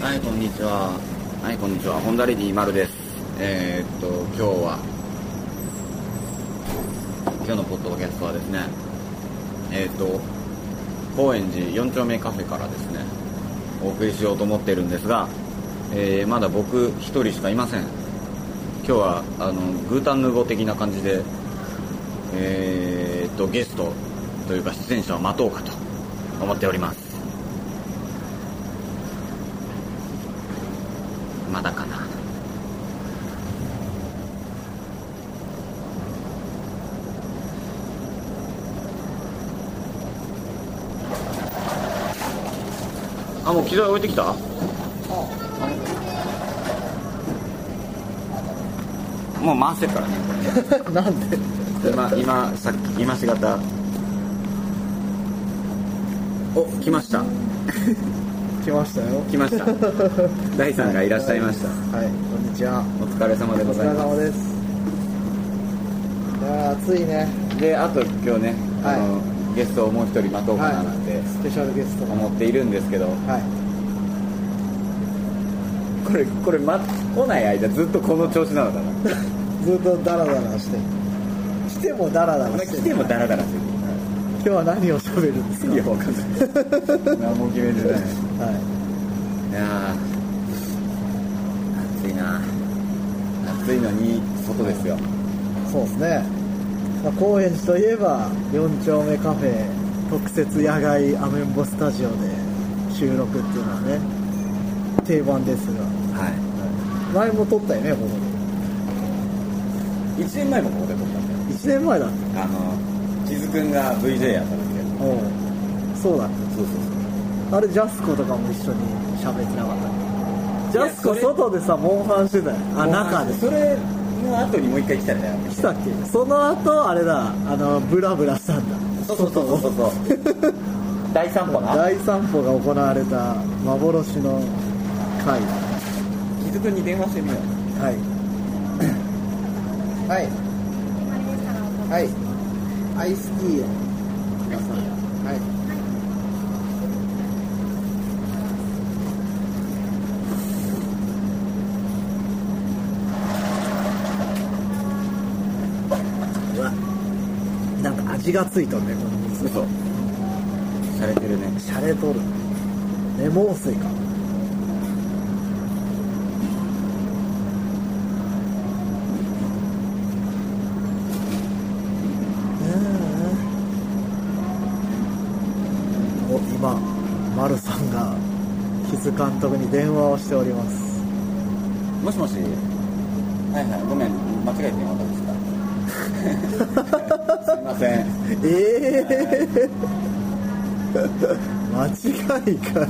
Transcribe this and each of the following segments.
はいこんにちははいこんにちはホンダレディ丸ですえー、っと今日は今日のポッドキャストはですねえー、っと高円寺4丁目カフェからですねお送りしようと思ってるんですが、えーまだ僕一人しかいません今日はあのグータンヌ語的な感じでえー、っとゲストというか出演者を待とうかと思っておりますまだかなあもう機材置いてきたあもう回してるからね なんで今今さっき今しがたお来ました来ましたよ来ま した大さんがいらっしゃいましたはいこんにちはお疲れ様でおご疲ざいれま様ですいやー暑いねすであと今日ね、はいあのゲストをもう一人待とうかななんてはいスペシャルゲストが思っているんですけどはいこれこれ待来ない間ずっとこの調子なのかなずっとダラダラして来てもダラダラして来てもダラダラす今日は何を喋るんですかるいやわかんない何も決めてないはいやー暑いな暑いのに外ですよいそうですね、まあ、高円寺といえば4丁目カフェ特設野外アメンボスタジオで収録っていうのはね定番ですがは前も撮ったよねここい1年前もここで撮ったんだよで1年前だったあの地図くんが VJ やった時だよおうそうだそうそうそうあれジャスコとかも一緒に喋ってなかったっけジャスいやコそれ外でさモンハンしてたよあ中でそれの後にもう一回来たんだよ来たっけその後あれだあのブラブラしたんだそうそうそうそうそう第3歩な大散歩が行われた幻の回木津君に電話してみよう はいはいはいアイスティーをはいいうわなんか味がついとんねこの水嘘されてるねシャレとるレモン水かうんお今丸さんが木津監督に電話をしておりますもしもしはいはいごめん間違えて電話か けしたすいませんええ間違いか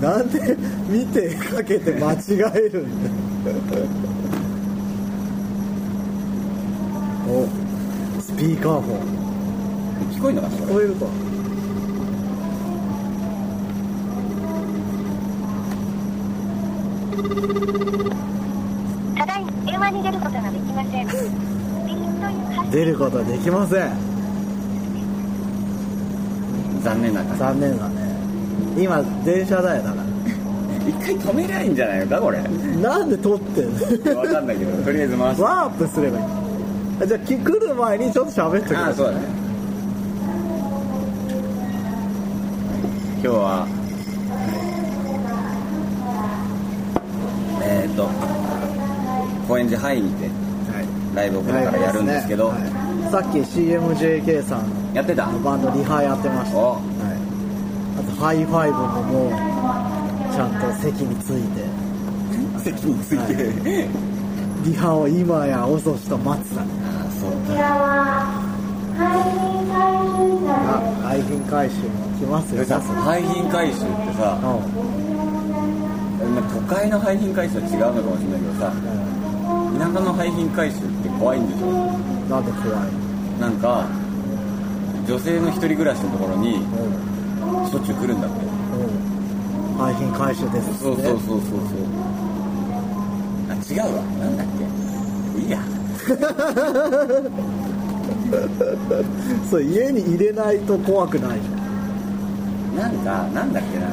なんで見てかけて間違えるんだおスピーカーフォン聞こえんのかなこ聞こえるかただいま電話に出ることができません。ピンという発出ることはできませんれ残念な感残念だね今電車だよだかじ一回止めりゃいいんじゃないのかこれらなんで撮ってんのわかんないけどとりあえず回してワープすればいいあじゃあ来る前にちょっと喋ってくあだあそうさいだね今日はえっ、ー、と高円寺ハイにてはいライブをこれからやるんですけど、はいさっき CMJK さんやってたのバンドリハやってました、おはい、あとハイファイブももうちゃんと席について席についてリハを今や遅しと待つだああそうあ廃品回収も来ますそれよさ廃品回収ってさ、うんまあ都会の廃品回収は違うのかもしれないけどさ田舎の廃品回収って怖いんでしょなんで怖いなんか女性の一人暮らしのところにうんしょっちゅう来るんだってうん廃品回収ですねそうそうそうそうそうあ違うわなんだっけいいや そう家に入れないと怖くないじゃなんんかなんだっけな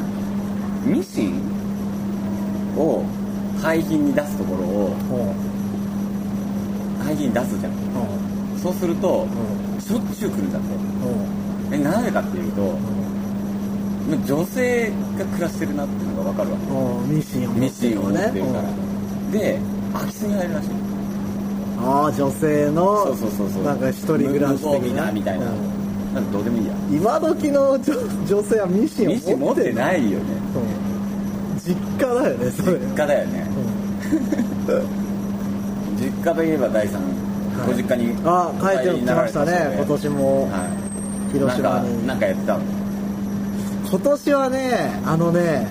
ミシンを廃品に出すところをうん廃品に出すじゃんうんそうするとうしょっちゅう来るんだっうんてえなぜかっていうとまあ女性が暮らしてるなっていうのが分かるわうんミシンをミシンを持ってるからうんで空き巣に入るらしいああ女性のそうそうそうそうなんか一人暮らし的無防備なみたいなうんなんかどうでもいいや今時の女女性はミシンをミシン持っていないよね実家だよねそ実れ家だよね実家といえば第三はいご実家にああ帰お帰りってきにならまれしたね今年もは広島いなんかになんかやってたの今年はねあのね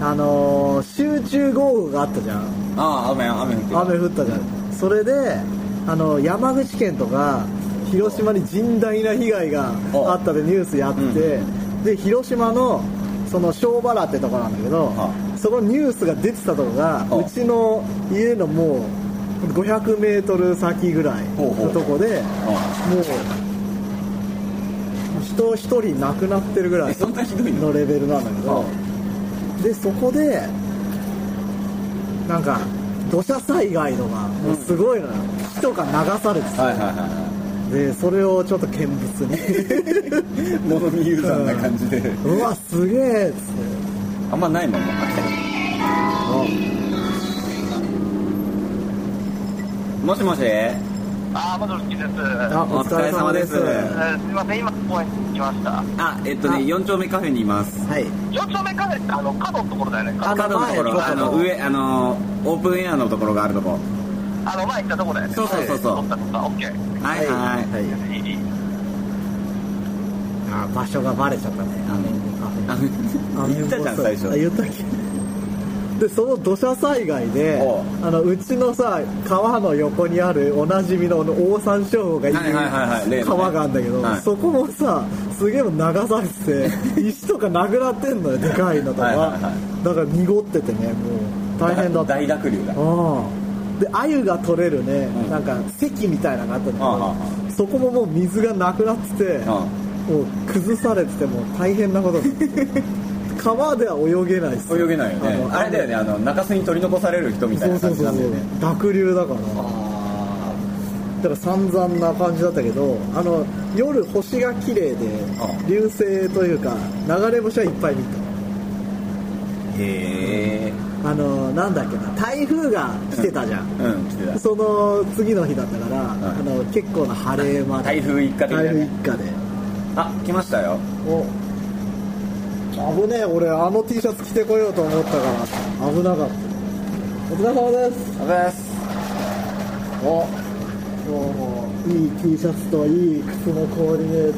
あのー集中豪雨があったじゃんああ雨雨降ってる雨降ったじゃんそれであの山口県とか広島に甚大な被害があったでニュースやって、で広島のその庄原ってとこなんだけど、はそのニュースが出てたとこが、はうちの家のもう 500m 先ぐらいほうほうのとこでうもう人一人亡くなってるぐらんえいそんなひどいののレベルなんだけど、でそこでなんか土砂災害のがもうすごいのよ、木とか流されてあた、はいはいはでそれをちょっと見物 にいはい物見ユーザーな感じでうわすげえっつってあんまないもんね秋田県もしもしあー、まずお好きです。あおお疲疲れれ様様でですすえーすみません、今、公園に来ました。あえっとねあ4丁目カフェにいますはい四丁目カフェって、あの、角のところだよね。あの角のところ前あの上あのオープンエアのところがあるとこあの、前行ったとこだよね。そうそうそうそう撮ったとか、オッケー。はいはいはいいいいいあ場所がバレちゃったねあのああのの言ったじゃん最あ初言ったっけでその土砂災害でおうあのうちのさ川の横にあるおなじみのあのオオサンショウウオがいるはいはいはいはい例のね川があるんだけど、はいそこもさすげえ流されて て石とかなくなってんのよでかいのとかはいはいはだから濁っててねもう大変だった大濁流だうんで鮎が取れるね、んなんか堰みたいなのがあったんだけど、あああそこももう水がなくなってて、もう崩されててもう大変な ことになってる川では泳げないです泳げないよねのあれだよねあの中州に取り残される人みたいそうなそ感うじなそうんだよねそう濁流だからだあから散々な感じだったけどあの夜星が綺麗でああ流星というか流れ星はいっぱい見ーへえたあのなんだっけな台風が来てたじゃん、うん来てたその次の日だったから、いあの結構な晴れ間で台風一過的だ台よ風一ね過であ来ましたよお危ねえ俺あの T シャツ着てこようと思ったから危なかったお疲れ様ですおはようございますおもうもういい T シャツといい靴のコーディネー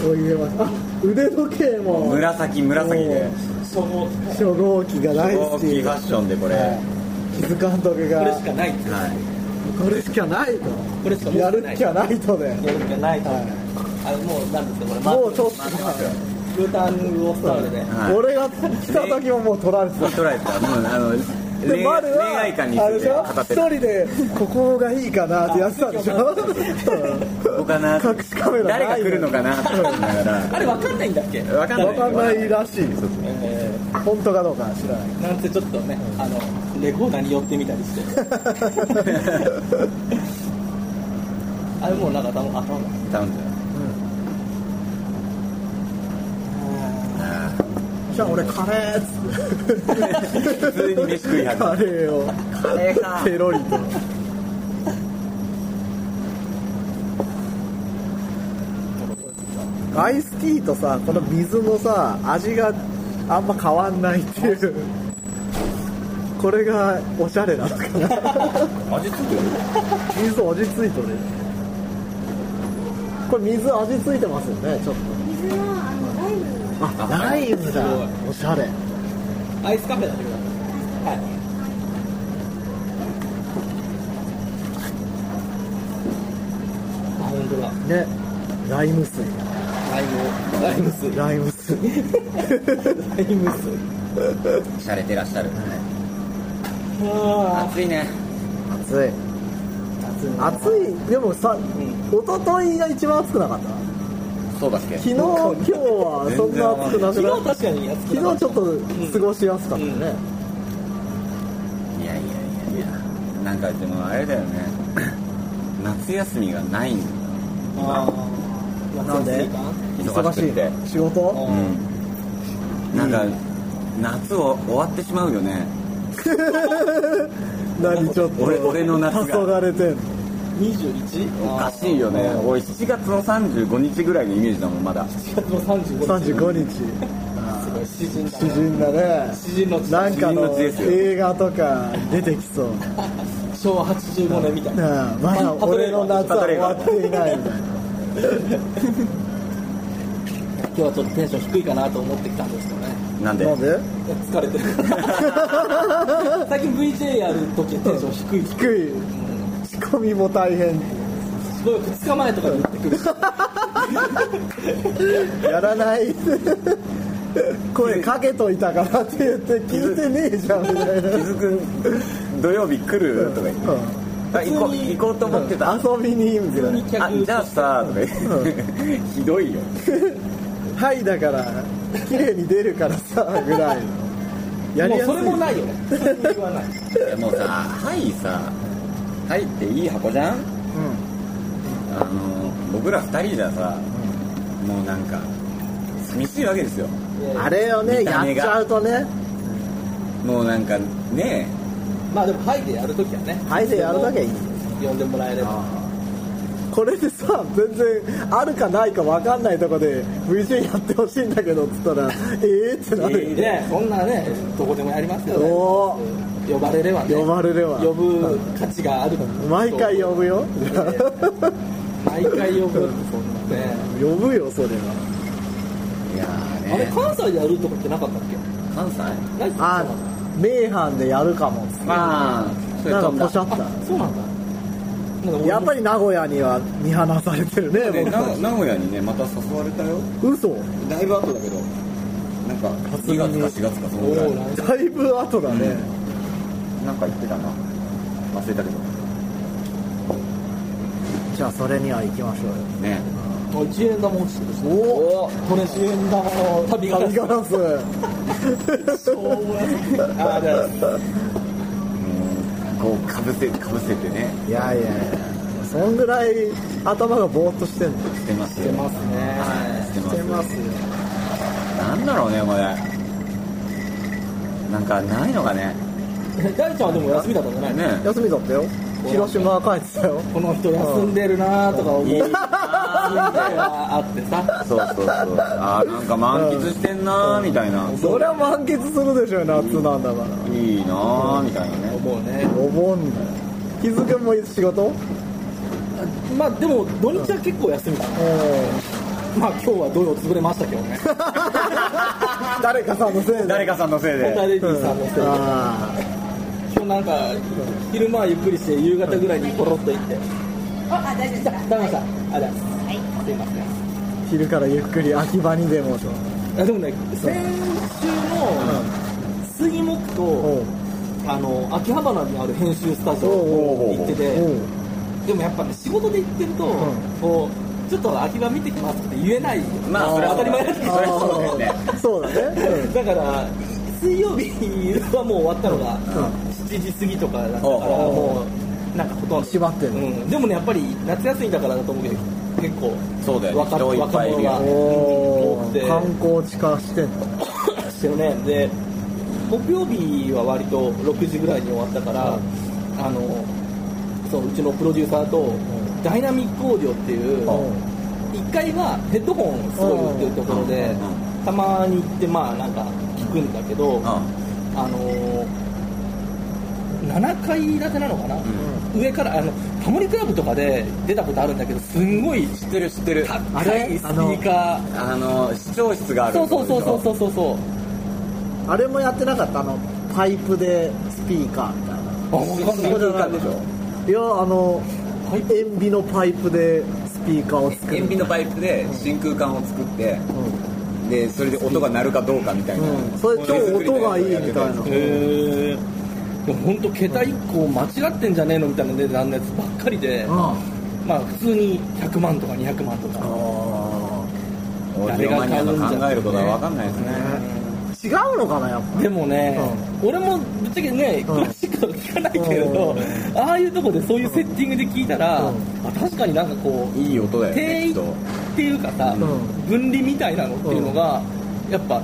トで泳げますあ腕時計も紫紫で初号機が大好大ききいファッションでこれはい木津監督がこれしかないはいこれしかないとこれしかやるっきゃないとで、やる気がないと、はいあのもうなんですかこもれうちょっマと、グータンをスタオルで、はい俺が来た時ももう取られてた捉えてたもうあので恋丸愛恋は愛観につあれいてでしょ語っ一てた人でここがいいかなってやってたんでしょここかな隠しカメラない誰が来るのかなって思いながあれわかんないんだっけ、らわかんないわかんないらしいえ 本当かどうかは知らないー、なんてちょっとねあのレコーダーに寄ってみたりしてあれもうなんか頭頭が頼んだよあじゃあ俺カレーっつって普通に飯食いはずカレーをカレーかペロリとアイスティーとさこの水のさ味があんま変わんないっていうこれがおしゃれなのかなー味付いてる水味ついてるこれ水味ついてますよねちょっ水は、あの、ライムのとあライムだおしゃれアイスカフェだってことだはい当だねライム水ライムライム水ライム 水ライム水洒落てらっしゃるあ暑いね暑いあ暑いな暑いでもさ、ん一昨日が一番暑くなかったそうだっけ昨日今日はそんな暑くなく昨な日い確かに暑くな昨か日ちょっと過ごしやすかったね、うんういやいやいやいやなんかでもあれだよね 夏休みがないんだあーなんで夏休みか忙しくて忙しい仕事うんなんか、夏を終わってしまうよね何ちょっと俺俺の夏が黄昏れてんの21おかしいよね俺7月の35日ぐらいのイメージだもんまだ4月の35日35日 すごい詩人だ詩ね人だね詩人の地なんか詩人のの地ですよ映画とか出てきそう昭和85年みたいななあまだ俺の夏は終わっていないみたいな今日はちょっとテンション低いかなと思ってきたんですけどねなんでなんでいや 疲れてる最近 VJ やる時のテンション低い低い仕込みも大変すごい2日前とかに言ってくるしやらない 声かけといたからって言って聞いてねえじゃんみたいな気づく 土曜日来るとか言ってあ行こう行こうと思ってたあうん遊びにみたいなじゃあさとか言って ひどいよはいだから綺麗に出るからさぐらいのやりやすいもうそれもないよねそれも言わないいやもうさ「はい」さ「はい」っていい箱じゃんうあの僕ら2人じゃさもうなんか寂しいわけですよんあれよね見やたっ目ちがゃうとねもうなんかねまあでもハイでやるときはねはいでやるだけはいい呼んでもらえればこれでさ全然あるかないか分かんないとこで VJ やってほしいんだけどっつったらええってなるよね、ねそんなねどこでもやりますよねおお呼ばれればね呼ばれれば呼ぶ価値がある毎回呼ぶよ毎回呼ぶってそんなね 呼ぶよそれはいやーあれね関西でやるとこってなかったっけ関西ないっすあ名阪でやるかもっつってまあそれな飛んんかだポシャあっそうなんだなんたかやっぱり名古屋には見放されてるねで僕なたち名古屋にねまた誘われたよ嘘だいぶ後だけどなんか初2耳月か4月かそおのぐらいーだいぶ後だね、なんか言ってたな忘れたけどじゃあそれには行きましょうよ ねもう一円玉落ちてるしねおおこれ一円玉の旅が旅ガラスあーじゃあうんこうかぶせかぶせてねいやいやいやそんぐらい頭がぼーっとしてんのしてますよしてますねはいしてますよなんだろうねこれなんかないのかね大ちゃんはでも休みだったんじゃないね休みだったよ広島帰ってたよこの人休んでるなーとか思ういい休んでなあってさそうそうそうあーなんか満喫してんなーみたいなそりゃ満喫するでしょ夏なんだからいいなーみたいなね思うねお盆だよ日付も仕事うんまあでも土日は結構休みだなまあ今日は土曜潰れましたけどね 誰かさんのせいで誰かかさんのせい本当はでレディーさんのせいであ今日なんか昼間はゆっくりして夕方ぐらいにポロッと行ってあ、大丈夫ですじかゃあ旦那さんありがとうございはい。ますすいませんー昼からゆっくり秋葉にでもとあでもね先週の杉木とおうあの秋葉原にある編集スタジオおうおうおうおう行ってておうでもやっぱね仕事で行ってると、んこうちょっと秋葉見てきますって言えないまあそれは当たり前だけそれはそうだよねそうだねうん どだから水曜日はもう終わったのが7時過ぎとかだったからおうおうもうなんかほとんど閉まってんのうん、でもねやっぱり夏休みだからだと思うけど結構そうだよね若人いっぱいいるよ若者がお多くおて観光地化してんのしてるねで木曜日は割と6時ぐらいに終わったから、あのそううちのプロデューサーと、ダイナミックオーディオっていう、1階はヘッドホンすごい売ってるところで、うんたまに行ってまあなんか聞くんだけど、うんあの7階建てなのかな、上からあのタモリクラブとかで出たことあるんだけどすんごい知ってる知ってる高いスピあのーカあの視聴室があーるそうそうそうそうそうそうそうあれもやってなかったあのパイプでスピーカーみたいなあわかんないいやあのパイ塩ビのパイプでスピピーカーを作る塩ビのパイプで真空管を作ってでそれで音が鳴るかどうかみたいな、うんそれ超音がいいみたいなへえ本当桁一個間違ってんじゃねえのみたいな値段のやつばっかりで、あまあ普通に100万とか200万とか、あオーディオマニアの考えることは分かんないですね違うのかなやっぱでもね、俺もぶっちゃけね、うんクラシックとか聞かないけれど、うああいうとこでそういうセッティングで聞いたら、うんあ確かになんかこういい音だよね定き位っとっていうかさ、ん分離みたいなのっていうのが、やっぱ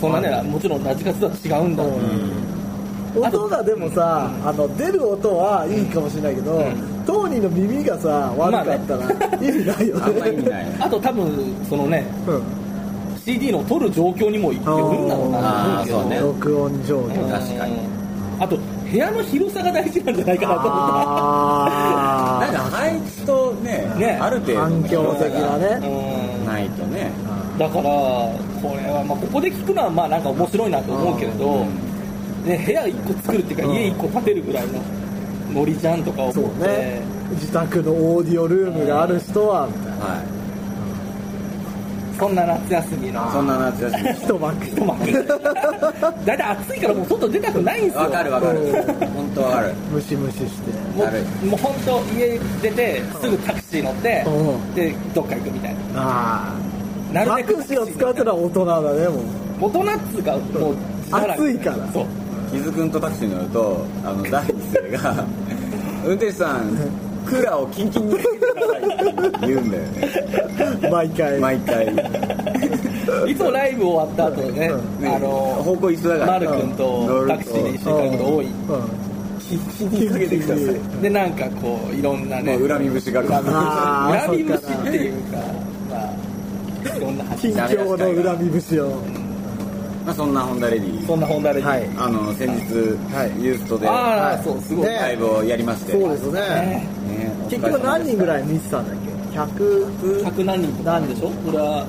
そんなねもちろんラジカセとは違うんだ、うん音がでもさあの出る音はいいかもしれないけど、うん当人の耳がさ悪かったら意味ないよあんま意味ね,、ないあと多分そのね CD の撮る状況にもよるんだろうなあーとそうう思けねうどん、録音上手ん確かにあと部屋の広さが大事なんじゃないかなと思ったあなんか配置とねねある程度の環境的なねうんないとねだからこれはまあここで聞くのはまあなんか面白いなと思うけれど、ね、部屋1個作るっていううかん家1個建てるぐらいのノリじゃんとかあそ思っうてね自宅のオーディオルームがある人はみたいなはそんな夏休みいのそんな夏休み一幕一幕だいたい暑いからもう外出たくないんですよわかるわかるう本当わかるムシムシしてもだるいうもう本当家出てすぐタクシー乗ってうんでどっか行くみたいあなあなタるべくクシーを使うってのは大人だねもう 大人っつうかもう自堕落暑いからそう伊豆君とタクシーに乗るとあの第一声が「運転手さんクーラーをキンキンにつけてください」って言うんだよね毎回毎回いつもライブ終わった後ね、うあの方向一緒だからマル君とタクシーで一緒に行くこと多い、うキンキンにかけてくださいでなんかこういろんなね、もう恨み節があるからあー恨み節っていうかまあいろんなん近話況の恨み節をまあそんなホンダレディそんな本題で、はいあの先日はいユーストでああ、はいそうすごい、ねライブをやりましてそうですねねね結局何人ぐらいい見てたんだっけ100 100何人とかなんでしょこれは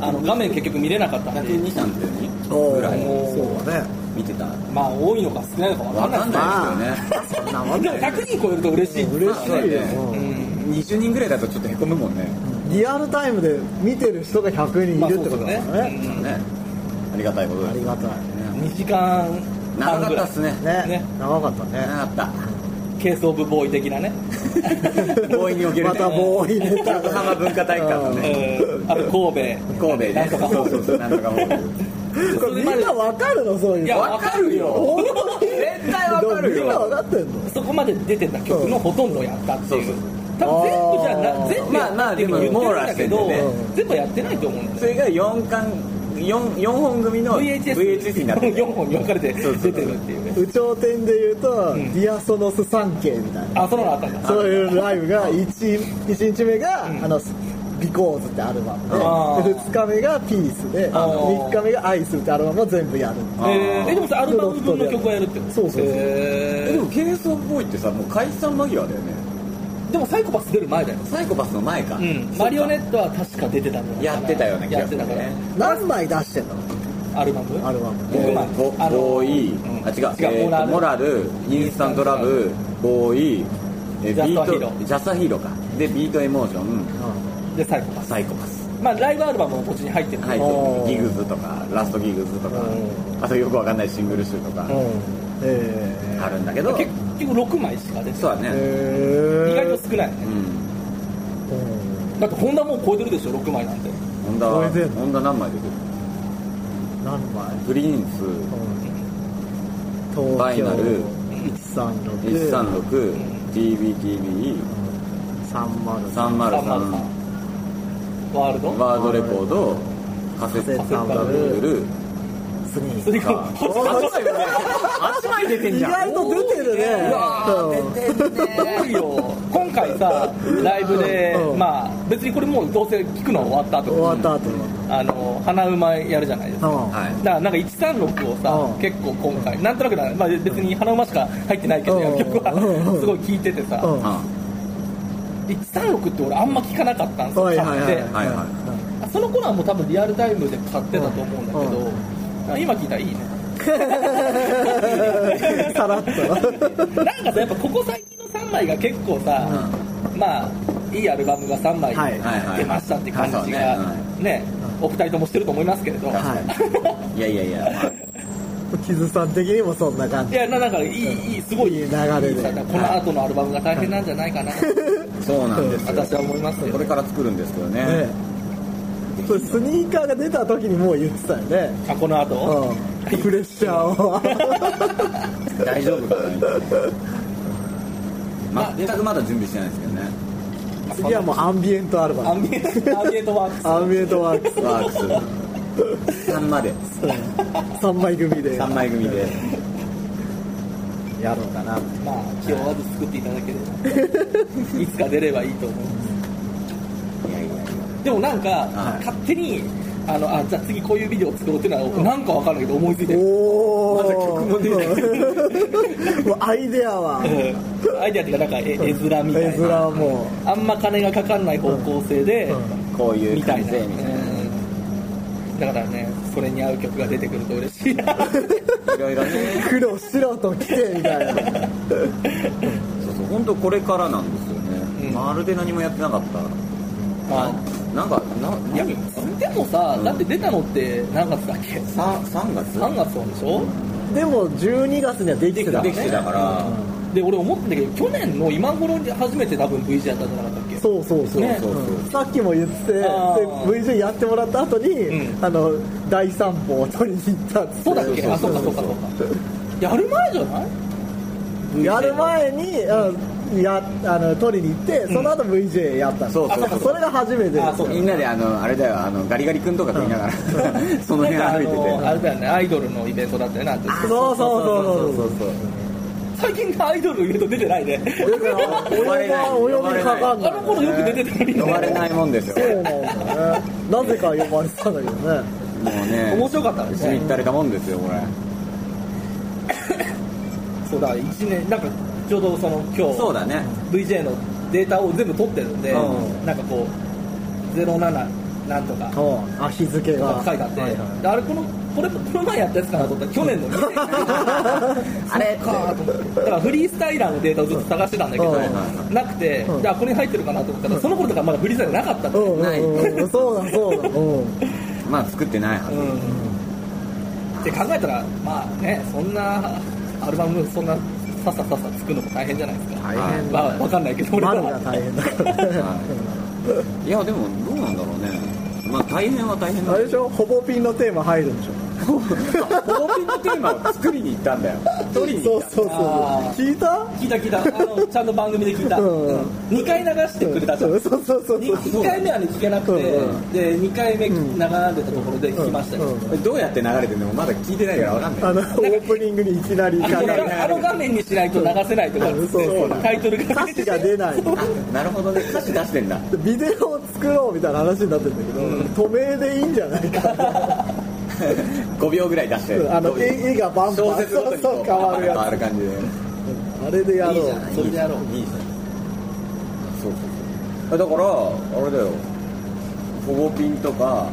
あの画面結局見れなかったんで102さんってお人ーぐらいそうだね見てたまあ多いのか少ないのかわわかかんんないないですよねそんなでもんだもよ100人超えると嬉しい、嬉しいよ、ううんん20人ぐらいだとちょっとへこむもんねリアルタイムで見てる人が100人いるってことだまかあそらうですね,、ねねありがたいことあでりすがたね2時間長半かぐったらっいすねいねね長かったね長かっケース・オブ・ボーイ的なねたボーイにおけるまたボーイネタ横浜文化体育館のねうんあと神戸神戸ねなんとかホールそうそうそうなんとかホールこれみんなわかるのそういういのやわかるよ絶対わかるみんなわよかってんのそこまで出てた曲のほとんどやったっていうそうそう多分全部じゃあなー全部やったっていうまあまあでも言ってるんだけど、網羅してんだよね全部やってないと思うんだそよれが4巻 4, 四本組の VHS, VHS になってる4本に分かれて出てるっていうね有頂天で言うと、んディアソノス三景みたいなあそののあったんだそういうライブが 1, 一日目が、うんあのビコーズってアルバムであー2日目がピースであー3日目がアイスってアルバムを全部やるあーえー、えでもさアルバム分の曲をやるってことそうそうそうええでもケースオブボーイってさもう解散間際だよねーでもサイコパス出る前だよ、サイコパスの前か、うん、マリオネットは確か出てたんだやってたような気やがっすてるたからね何枚出してんのアルバムアルバム僕まあボあのボーイ、うんあ違う違うえーとモモララルインスタントラブボーイ、えージャストヒーロービートジャストヒーローかでビートエモーションでサイコパスサイコパスまあライブアルバムも途中に入ってるはいおーギグズとかラストギグズとかあとよくわかんないシングル集とかうんえあるんだけど、結局6枚しか出てそうだー、ね、え意ー、外と少ないねうんうんだってホンダもう超えてるでしょ6枚なんてホンダ超えてんのホンダ何枚出てる何枚プリンス東ファイナル京 136TBTB303 13630ワールドワードレコードカセットサンダブルスニそーれがあポチポチ8枚出て意外と出てるねうわ 多いよ 今回さライブでうんまあ別にこれもうどうせ聞くのは終わったうん後終わった後あの花馬やるじゃないですかのはいだからなんか136をさうん結構今回なんとなくな、まあ、別に花馬しか入ってないけどうん曲うはんすごい聴いててさうんあ136って俺あんま聞かなかったんですよはいはい買っはいてはいはその頃はもう多分リアルタイムで買ってたと思うんだけど、あ今聞いたらいいねさらっと なんかさやっぱここ最近の3枚が結構さ、まあいいアルバムが3枚はいはいはい出ましたって感そうじねがうねお二人ともしてると思いますけれど、はいやいやいや、まあキズさん的にもそんな感 い、じやななんかいいいいすごいいい流れでいいさこの後のアルバムが大変なんじゃないかな、そうなんです私はよ思い ますけこどれから作るんですけどねねそれスニーカーが出た時にもう言ってたよねあこの後うんプレッシャーを大丈夫かなみたいまなあ全くまだ準備してないですけどね次はもうアンビエントアルバアムンビエアンビエントワークスアンビエントワークスワークス3まで3枚組で3枚組でやろうかなまあ気負わず作っていただければいつか出ればいいと思ういやいやいやでもなんか、はい勝手にあのあじゃあ次こういうビデオ作ろうっていうのはなんかわかんないけど思いついてるおおまだ曲ももうアイデアはうん アイデアっていうかなんか絵絵面みた絵い面なはもあんま金がかかんない方向性で、うこういみうた感いじなでみたいうんだからねそれに合う曲が出てくると嬉しいなないろいろね苦労しろと来てみたい なそうそう本当これからなんですよね、うんまるで何もやってなかったまなんかなあいや何でもさ、うんだって出たのって何月だっけさ3月3月なんでしょ、でも12月にはできてたできてたから、うんで俺思ったんだけど去年の今頃に初めて多分 V g やったんじゃなかったっけそうそうそう、ねそうそううんさっきも言っててであー VJ やってもらった後に、うんあの第三歩を取りに行ったっつってそうだっけそうあそそううそかうそうかそうかやる前じゃない やる前に、うんやあの取りに行って、その後 VJ やったのそうそうそうあれが初めてあそうみんなであのあれだよあのガリガリ君とか食いながら、 その辺なん歩いかててあのあれだよねアイドルのイベントだったよねあんたそうそうそうそうそう最近アイドルのイベント出てないねお呼びが呼ばれないお呼びかかあんないの頃よく出てたのにね呼ばれないもんですよそうなんだねなぜか呼ばれてたんだけどねもうね面白かったです一にね行ったれたもんですよこれそうだ一年なんかちょうどその今日そうだね VJ のデータを全部取ってるんで、うなんかこう07なんとかうんあ日付が書いてあって、はい はいであれこのこれこの前やったやつかなと思ったら去年の あれかーと思ってだからフリースタイラーのデータをずっと探してたんだけど、うんなくて、うんじゃあこれに入ってるかなと思ったら、その頃だからまだフリースタイルなかったんだうよんないうんうんそうだそうだうんまあ作ってないはず、うんって考えたらまあねそんなアルバムそんなさっささっさ作るのも大変じゃないですか、大変まあわかんないけど俺マはルが大変だからねははいやでもどうなんだろうねまあ大変は大変うんだあれでしょほぼピンのテーマ入るんでしょコーピンのテーマを作りに行ったんだよ取りに そ行うっそうそうあー聞いた聞いた聞いたあのちゃんと番組で聞いた、うん2回流してくれたじゃんそうそうそうそう1回目はね聞けなくて、うんで2回目流れてたところで聞きましたよ、うんうんたどうやって流れてるのもまだ聞いてないから分かんないあのオープニングにいきなり行かあないのあの画面にしないと流せないとかうんそうそうタイトルが歌詞が出ないあなるほどね歌詞出してんだ ビデオを作ろうみたいな話になってるんだけど、透明でいいんじゃないか5秒ぐらい出してうんあのどういう絵絵がバンバン小説ごとにこそうそう変わるやつ変わる感じであれでやろういいじゃないそれでやろういいじゃんそうそうそうだからあれだよほぼピンとかあ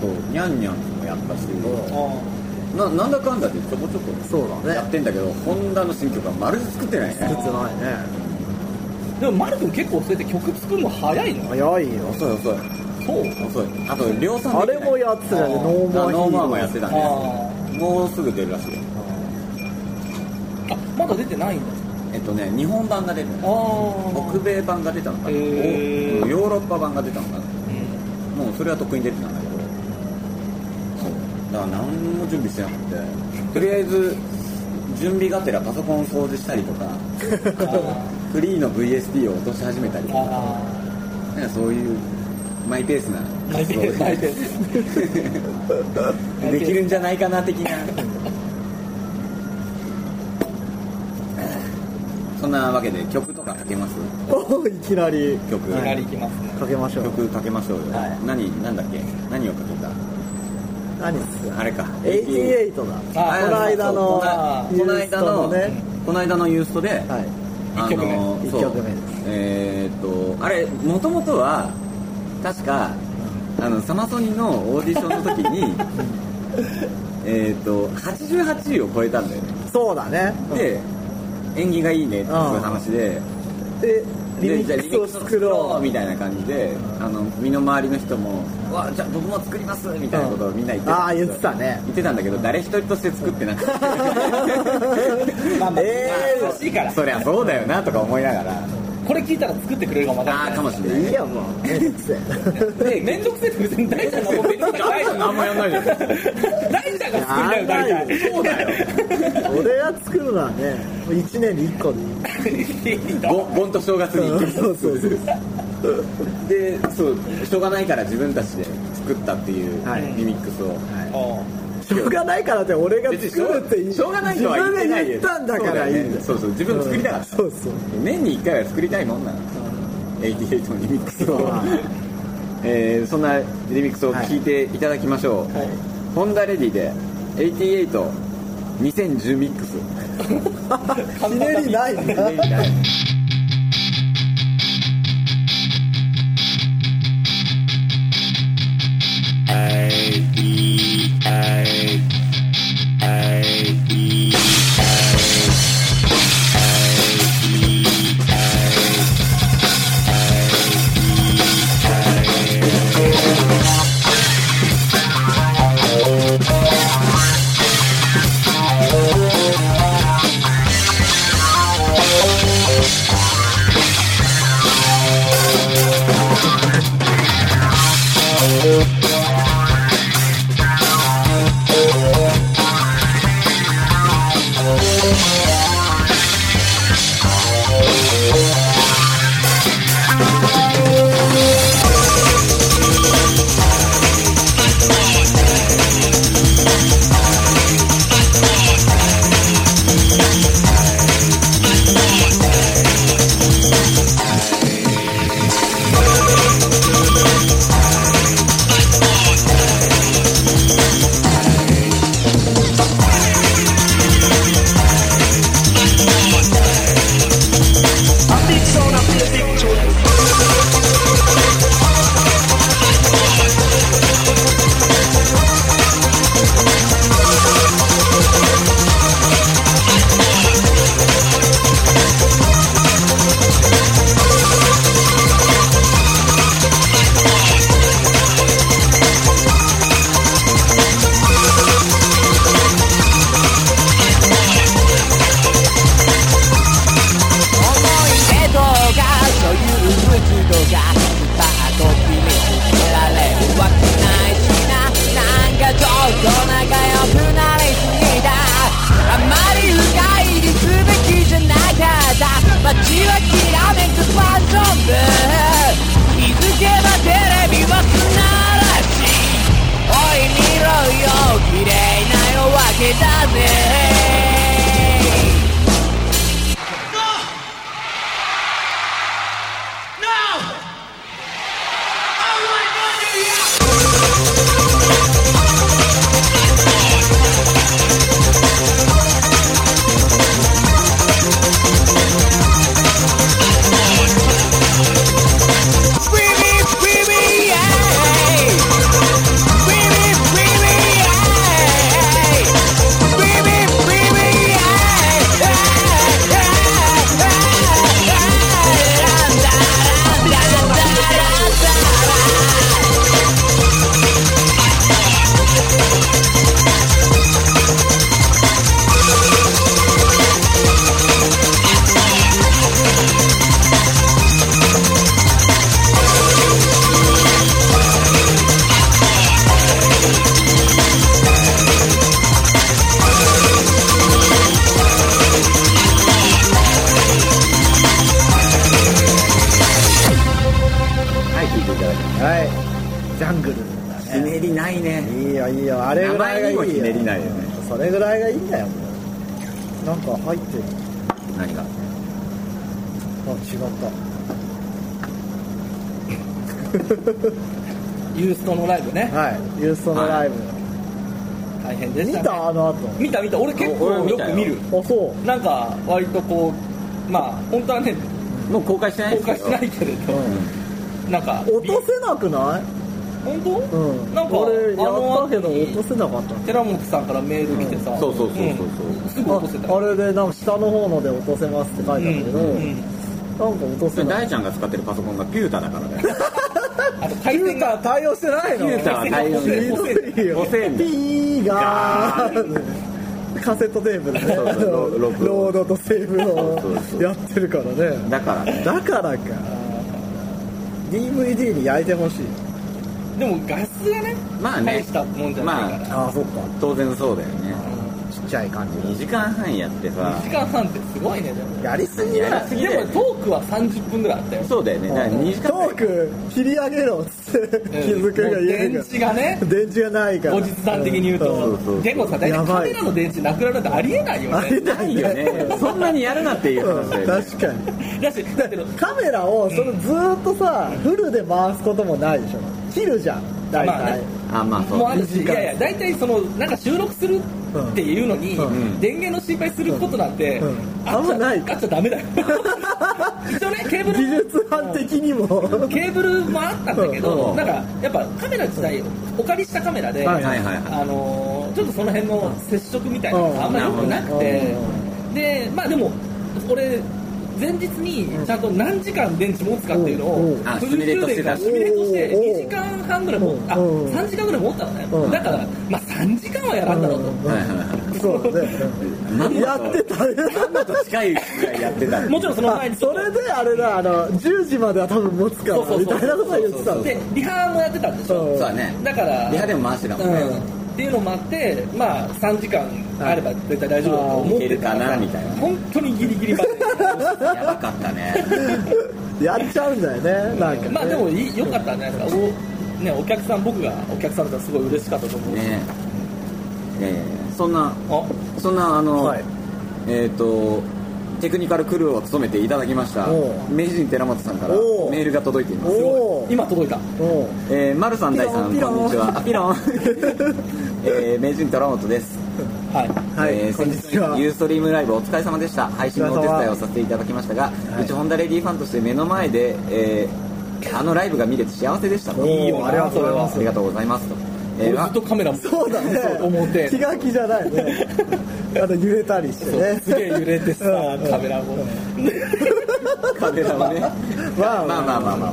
とニャンニャンもやったし、うななんだかんだでちょこちょこそうだねやってんだけど、ホンダの新曲はまるで作ってないねつないねんでもマル君結構そうやって曲作るの早いの早いよ遅い遅いそう遅いあと量産あできれないもやってたよねあノーマあーノーマーもややってたねあもうすぐ出るらしいよーあまだ出てないんだえっとね日本版が出てあるあ北米版が出たのかな、へーおヨーロッパ版が出たのかなもうそれは特に出てたんだけどそうだから何も準備してなくてとりあえず準備がてらパソコン掃除したりとかフリーの VST を落とし始めたりとかあなんかそういうマイペースなー泣いてる泣いてるできるんじゃないかな的なそんなわけで曲とかかけますおいきなり曲いきなり行きますねかけましょう曲かけましょうよ、はい何なんだっけ何をかけた何っすあれか88だあこの間のそうこの間のユーストのねこの間のユーストで、はいあ一曲目の一そう曲目ですえーっとあれもともとは確かあのサマソニのオーディションの時 にえーっと88位を超えたんだよねそうだねで、縁起がいいねっていう話ででリでミじゃあックスを作ろうみたいな感じであの身の回りの人も「わじゃあ僕も作ります」みたいなことをみんな言ってたああ言ってたね言ってたんだけど誰一人として作って なくてまあまあえーまあ欲しいからそりゃそうだよなとか思いながら これ聞いたら作ってくれるかもわああかかんもないしれないいやもうめんどくせえで面倒くせえって別に大事なのも別に大事あんまやんないじゃん 大事だから作りたいよ大体そうだよ 俺が作るのはね1年に1個でいい ご盆と正月に行ってそうそうそうでそうしょうがないから自分たちで作ったっていうはいリミックスを、しょうがないからって俺が別にしょ作るってうしょうがないとは言ってないよ自分で言ったんだからいいんそうだだよよねそうそう自分で作りたかったそうそう年に1回は作りたいもんなの88のリミックスをはい、えーそんなリミックスを聞いていただきましょう、はいホンダレディで882010ミックスひねりないんだ思い出動画所有物動画スパート君をつけられるわけないしななんかちょっと仲良くなりすぎたあまり深入りすべきじゃなかった街はきらめくファッション部気づけばテレビは砂嵐おい見ろよ綺麗な夜明けだぜはい聞いていただきまはいジャングルすだひねねりないねいいよいいよあれぐらいがいいよ名前にもひねりないよねそれぐらいがいいんだよもうなんか入ってる何があ違ったユーストのライブねはい、ユーストのライブ、大変でし見た、ね、たあの後見た見た俺結俺構見よたよく見るあそなんか割とこうまあ本当はねもう公開してない公ですけ開しどないけれう、うどん、なんか落とせなくない本当、うんなんか俺あやったけどの後に落とせなかった寺本さんからメール来てさ、そうそうそうそうそううんすぐ落とせたああれでなんか下の方ので落とせますって書いてあるけど、うんうんなんか落とせない大ちゃんが使ってるパソコンがピュータだ からだよあと回ピュ線ータがー対応してないのピューターは対応してないひどいよ押せんのピーガーカセットテープでねそうそうロローロードとセーブそうそうそをうやってるからねだからねだからか DVD に焼いてほしいでも画質がねまあね大したもんじゃないから、ああそっか当然そうだよねちっちゃい感2時間半やってさ2時間半ってすごいねでもじやりすぎやだりすぎだよでねもトークは30分ぐらいあったよそうだよねだから2時間トーク切り上げろっつって気づくが言え電る池がねから電池がないから後日談的に言うそうそうそとうでもさ大体やばいカメラの電池なくなるなんてありえないよありえねないよねそんなにやるなっていうう話んだよね確かにだしだけどカメラをそれずーっとさ、フルで回すこともないでしょ切るじゃん大体、まあねあまあそうもうある二し時い間やいや大体そのなんか収録するっていうのに、うんうん電源の心配することなんて、うんあんっちまゃないあっちゃダメだ よ一応ねケーブル技術班的にも、ケーブルもあったんだけど、うんなんかやっぱカメラ自体お借りしたカメラで、はいはいはいはいあのーちょっとその辺の接触みたいなのがあんまり良くなくて、でまあでも俺前日にちゃんと何時間電池持つかっていうのうんをうんあフル充電からシミュレートしておー2時間半ぐらいもうんあうん3時間ぐらい持ったのねうんだからまあ3時間はやらんだろうとはいはいはいうんそうだねまんまやとってたねまんまと近いぐらいやってたもちろんそのあ前にちょそっとれであれだあの10時までは多分持つからそうそうみそうたいなことは言ってたんだでリハもやってたんでしょそうだねだからリハでも回してたもんね、うんっていうのもあって、まあ、3時間あれば絶対大丈夫だと思っあーいてたけるかなみたいな本当にギリギリ までやばかったね やっちゃうんだよねなんかねまあでもいい良かったんじゃないですかお,、ね、お客さん僕がお客さんだったらすごい嬉しかったと思う、ねえーそんなあそんなあの、はいえっ、とテクニカルクルーを務めていただきましたおう名人寺本さんからおうメールが届いていますおー今届いたおーえー、丸さん大さんこんピにロンちはあピロン、 えー、名人寺本ですはい はい、えーこんにちは先日ユーストリームライブお疲れ様でした配信のお手伝いをさせていただきましたが、いうちホンダレディファンとして目の前で、えーあのライブが見れて幸せでしたとおーいいよなありがとうございまあすりがとうございますと、え俺ーずっとカメラもそうだね表気が気じゃない ねあの揺れたりしてねすげえ揺れてさうんカメラもカメラもねままああまあまあまあまあ、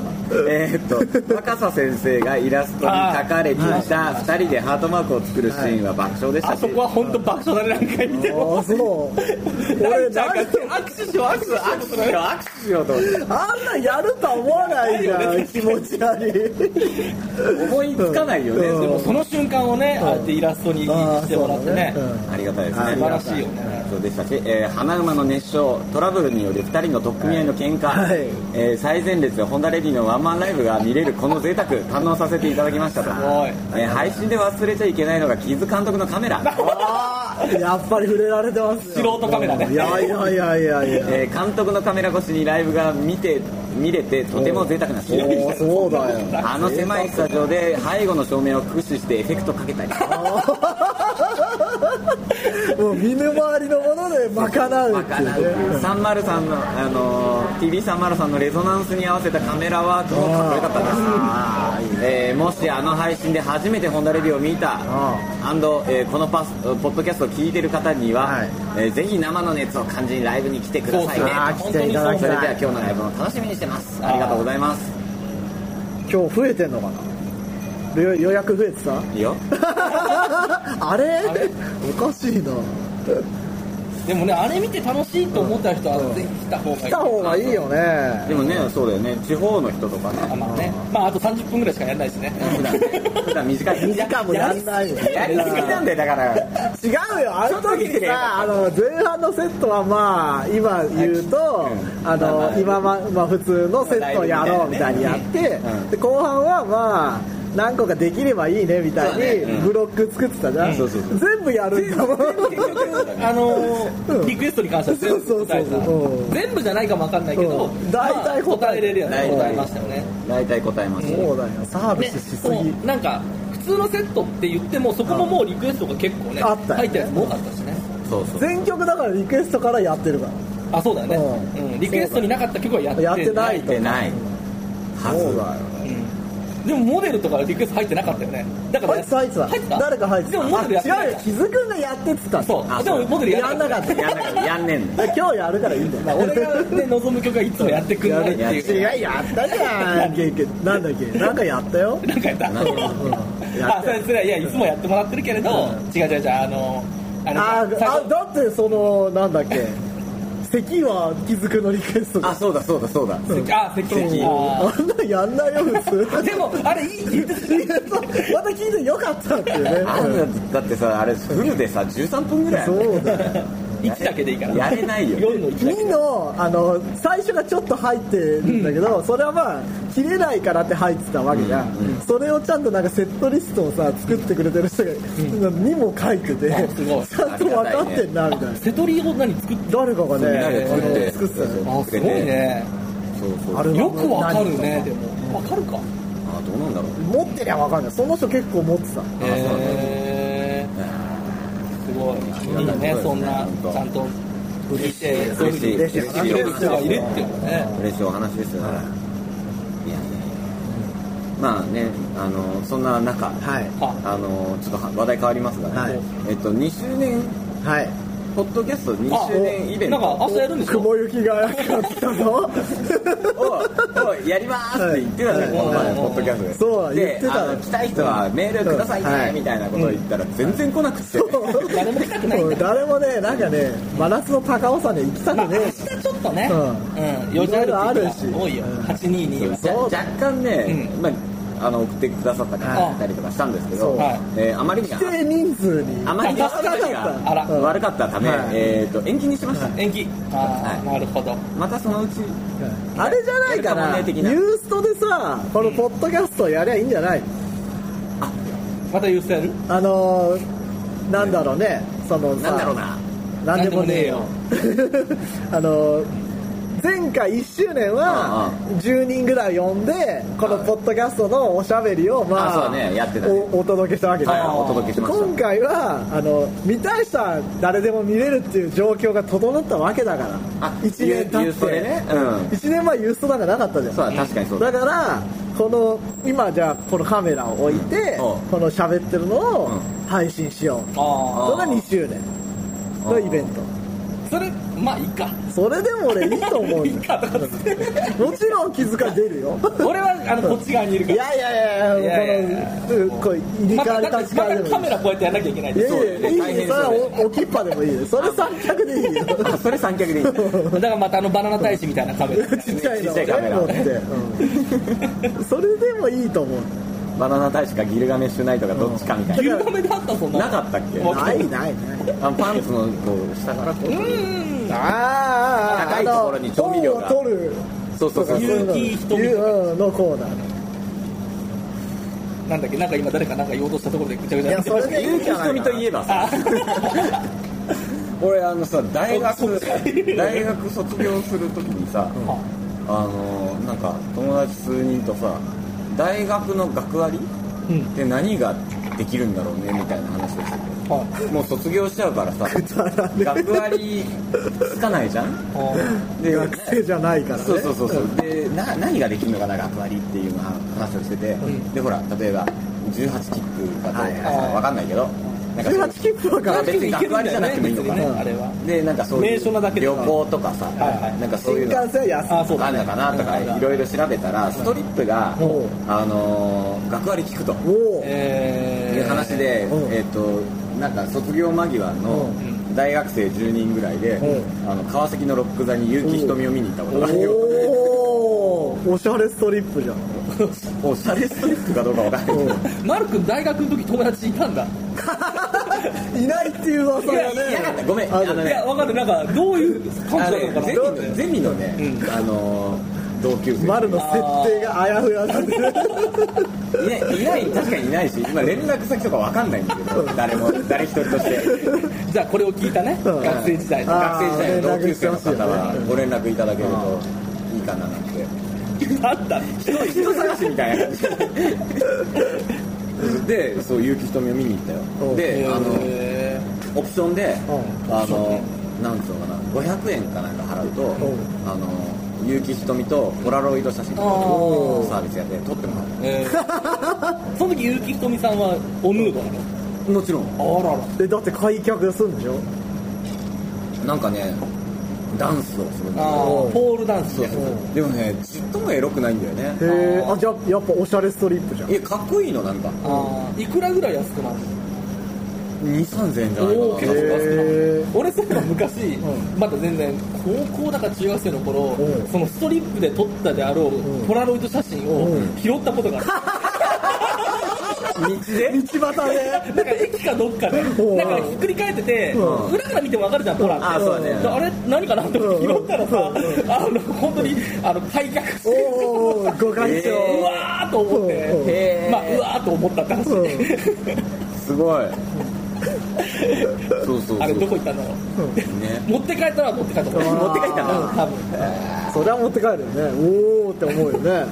えー っと若狭先生がイラストに描かれていた2人でハートマークを作るシーンは爆笑でしたあしそこは本当爆笑だね何回見てもああそう俺大ちゃんながんか握手しよう握手しよう握手しよう握手しようと思ってあんなんやるとは思わないじゃん気持ち悪い思いつかないよね、うでんでももその瞬間をね、ああやってイラストにしてもらってねあーそうだねうんありがたいですあねり素晴がらたしいよねそうでしたし、えー花馬の熱唱トラブルによる2人の取っ組み合いの喧嘩、はいえー最前列ホンダレディのワンマンライブが見れるこの贅沢堪能させていただきましたとごいえー配信で忘れちゃいけないのが木津監督のカメラ、やっぱり触れられてますよ素人カメラねいやいやいやいやいやえー監督のカメラ越しにライブが見て見れてとても贅沢なシーンでしおたーそうだよあの狭いスタジオで背後の照明を駆使してエフェクトかけたりもう見ぬ回りのもので賄うわってかいるうね303の、あのー TV303 のレゾナンスに合わせたカメラワークもかっこよかったですえーもしあの配信で初めてホンダレビューを見たあ&えーこのパスポッドキャストを聞いてる方には、はいえーぜひ生の熱を感じにライブに来てくださいねそうですねあー来ていただきそれでたは今い日のライブも楽しみにしてますありがとうございます今日増えてんのかな予予約増えてた いいよあれおかしいなでもねあれ見て楽しいと思った人はぜひ来た方がいい来た方がいいよねでもねそうだよね地方の人とかあねまあねまああと30分ぐらいしかやらないしね普段ね普段短い2時間もやんないよやりすぎなんだよだから違うよあの時にさあの前半のセットはまあ今言うとうんまああのまあ今ままあ普通のセットをやろうみたいにやってうんで後半はまあ何個かできればいいねみたいにそうだねうんブロック作ってたじゃんそうそうそう全部やるんだもんあのーうんリクエストに関しては全部答えたそうそうそうそう全部じゃないかもわかんないけど、うん大体答えまあ答えれるよねうん答えましたよね大体答えますよそうだよサービねスしすもぎうなんか普通のセットって言ってもそこももうリクエストが結構ねあったよね入ってるやつも多かったしねそうそう全曲だからリクエストからやってるかあそうだよね、ううんんリクエストになかった曲はやっらてやってないいっとてないはそうずだようんでもモデルとかリクエスト入ってなかったよねだから入ってた入ってた入ってた誰か入ってでもたモデルやってあな違ういよ気づくんがやってっつったそうあでもモデルややんなかったたやんなかやんねんのだから今日やるからいいんだよ、まあ俺が、ね、望む曲はいつもやってくんないってやいるうややったじゃん結局なんだっけなんかやったよなんかやったなるほどうんやあっそたれそれはいやいつもやってもらってるけれど、違う違う違うあのあのあ最あ初だってそのなんだっけ咳は気づくのリクエストあだそうだそうだそうだ関あ関関ああんなんやんないよ普通ーでもあれいいって言ってたいやそうまた聞いてよかったっていうねあんなだってさあれフルでさ13分ぐらいそうだよ1だけでいいからやれないよ4の1だけ2のあの最初がちょっと入ってるんだけど、それはまあ切れないからって入ってたわけじゃん、それをちゃんとなんかセットリストをさ作ってくれてる人が2も書いてて、あすごいちゃんと分かってんなみたいな瀬戸リを何作って誰かがね誰かあ作っての作ってたよあすごいねそうそうあれよくわかるねでもわかるかあどうなんだろう持ってりゃ分かんないその人結構持ってたそうなんだへーすごいいいねそんなちゃんと聞いてそういう嬉しいう嬉しふにい聞いてる人がいるっていうのね嬉しいお話ですよねいやいやいやまあねあのそんな中はいああのちょっとは話題変わりますが、ねはいえっと、2周年はいポッドキャストあ2周年イベンなんかト明日やるんですか雲行きがやったぞををやりますって言ってたじゃん、はいこの前のはいポッドキャストでそう言っでてたあの来たい人はメールくださいね、はいみたいなことを言ったら全然来なくて、誰も来たくないんだ誰もねなんかね真夏の高尾山に行きたまあくね明え日ちょっとねううん4時あるあってるいうし人が多いようん822はじゃそう若干ね、うまあ、あの送ってくださった方がいたりとかしたんですけそど、うはいえーあまりに規定人数にあまりにあ悪助かかっったたあら悪かったため、はいえー、と延期にしました、延期ああなるほどまたそのうちあれじゃないかやなるかもねニ的ュなーストでさこのポッドキャストやりゃいいんじゃないまた優勢やるあのーなんだろうねそのさなんだろうななんでもねえよ あの前回1周年は10人ぐらい呼んでこのポッドキャストのおしゃべりをまああそうねやってたねおお届けしたわけではいお届けしました今回はあの見たい人は誰でも見れるっていう状況が整ったわけだからあ1年ユ経ーっストでねて、うん、 1年前ユーストなんかなかったじゃんそうだ確かにそうだだからこの今じゃあこのカメラを置いて、うんこの喋ってるのをうん配信しよう、あそれが2周年のイベントあそれまあいいかそれでも俺いいと思ういいんだかとかってよもちろん気づか出るよ俺はあのこっち側にいるいからやいやいやいやいやこのこう入れま替わたりだっ立ちてま替わりたでもカいメラこうやってやんなきゃいけないいでいしやょいやいい大変ねそうそだよねれはお置きっぱでもいいよそれ三脚でいいよあそれ三脚でいいんだだからまたあのバナナ大使みたいな カメラちっちゃいのちっちゃいカメラ持って、うんそれでもいいと思うバナナ大使かギルガメッシュナイトかどっちかみたい牛な、カメだったそんななかったっけもうないないないあパンツのこう下からこうあ高いところに調味料が本を取るそうそうそう勇気瞳うんのコーナーなんだっけなんか今誰かなんか言おうとしたところでぐちゃぐちゃになってましたいや結城ひとみといえばさ 俺あのさ大学大学卒業するときにさ、あのなんか友達数人とさ大学の学割って何ができるんだろうねみたいな話をしててもう卒業しちゃうからさ学割つかないじゃんあで学生じゃないからねそうそうそうそうでな何ができるのかな学割っていうのは話をしてて、でほら例えば18切符かどうかさはいわかんないけどなんかそう18切符だから別に学割じゃなくてもいいのか別なにねあれはでなんかそうい名所なだうけで旅行とかさ、いはいなんかそう新いうの幹線安いあそうだあんねのかなとかいろいろ調べたらストリップが、おうあのー学割聞くとおおえーいう話で、うんえっとなんか卒業間際のん大学生10人ぐらいで、うあの川崎のロック座に結城ひとみを見に行ったことがあるよおーおしゃれストリップじゃんおしゃれストリップかどうかわからないけどマル君大学の時友達いたんだいないっていう噂がいやいなかったねごめんああののいやねわかるなんかどういう感あじのだったのねゼかなミのゼミのね、うあのー同級生丸の設定があやふやなんでいないいない確かにいないし今連絡先とかわかんないんだけど誰も誰一人としてじゃあこれを聞いたねうん学生時代のあ学ー生時代の同級生の方連絡してほしいよはねご連絡いただけるといいかななんてあった人探しみたい な感じでそう結城ひとみを見に行ったよであのえオプションでうあのなんつうのかな500円かなんか払うと、んあの結城ひとみとポラロイド写真おのーサービスやって撮ってもらっえーその時結城ひとみさんはおヌードなたもちろんのあらら えだって開脚するんでしょなんかねダンスをするんだあーポールダンスけどそうそうでもねちっともエロくないんだよねへえあじゃあやっぱおしゃれストリップじゃんいやかっこいいのなんかあーいくらぐらい安くなるの2 3千円じゃないかおなー確かへ俺そういうのう昔、まだ全然高校だか中学生の頃、うんそのストリップで撮ったであろう、うんポラロイド写真をうん拾ったことがある、え 道端でなんか駅かどっかで、うんなんかひっくり返ってて、うん裏から見ても分かるじゃん、ポラって。あそうだねだからあれ、何かなと思ってうん拾ったらさ、あの、本当に、あの、開脚して、おーご会長、ーうわーと思っうんてへ、ーまあ、うわーと思ったって話。うんすごいそうそうそう あれ、どこ行ったんだろう。ね持って帰ったのは持って帰ったと思う。持って帰ったんだうん多分。そりゃ持って帰るよねおおって思うよね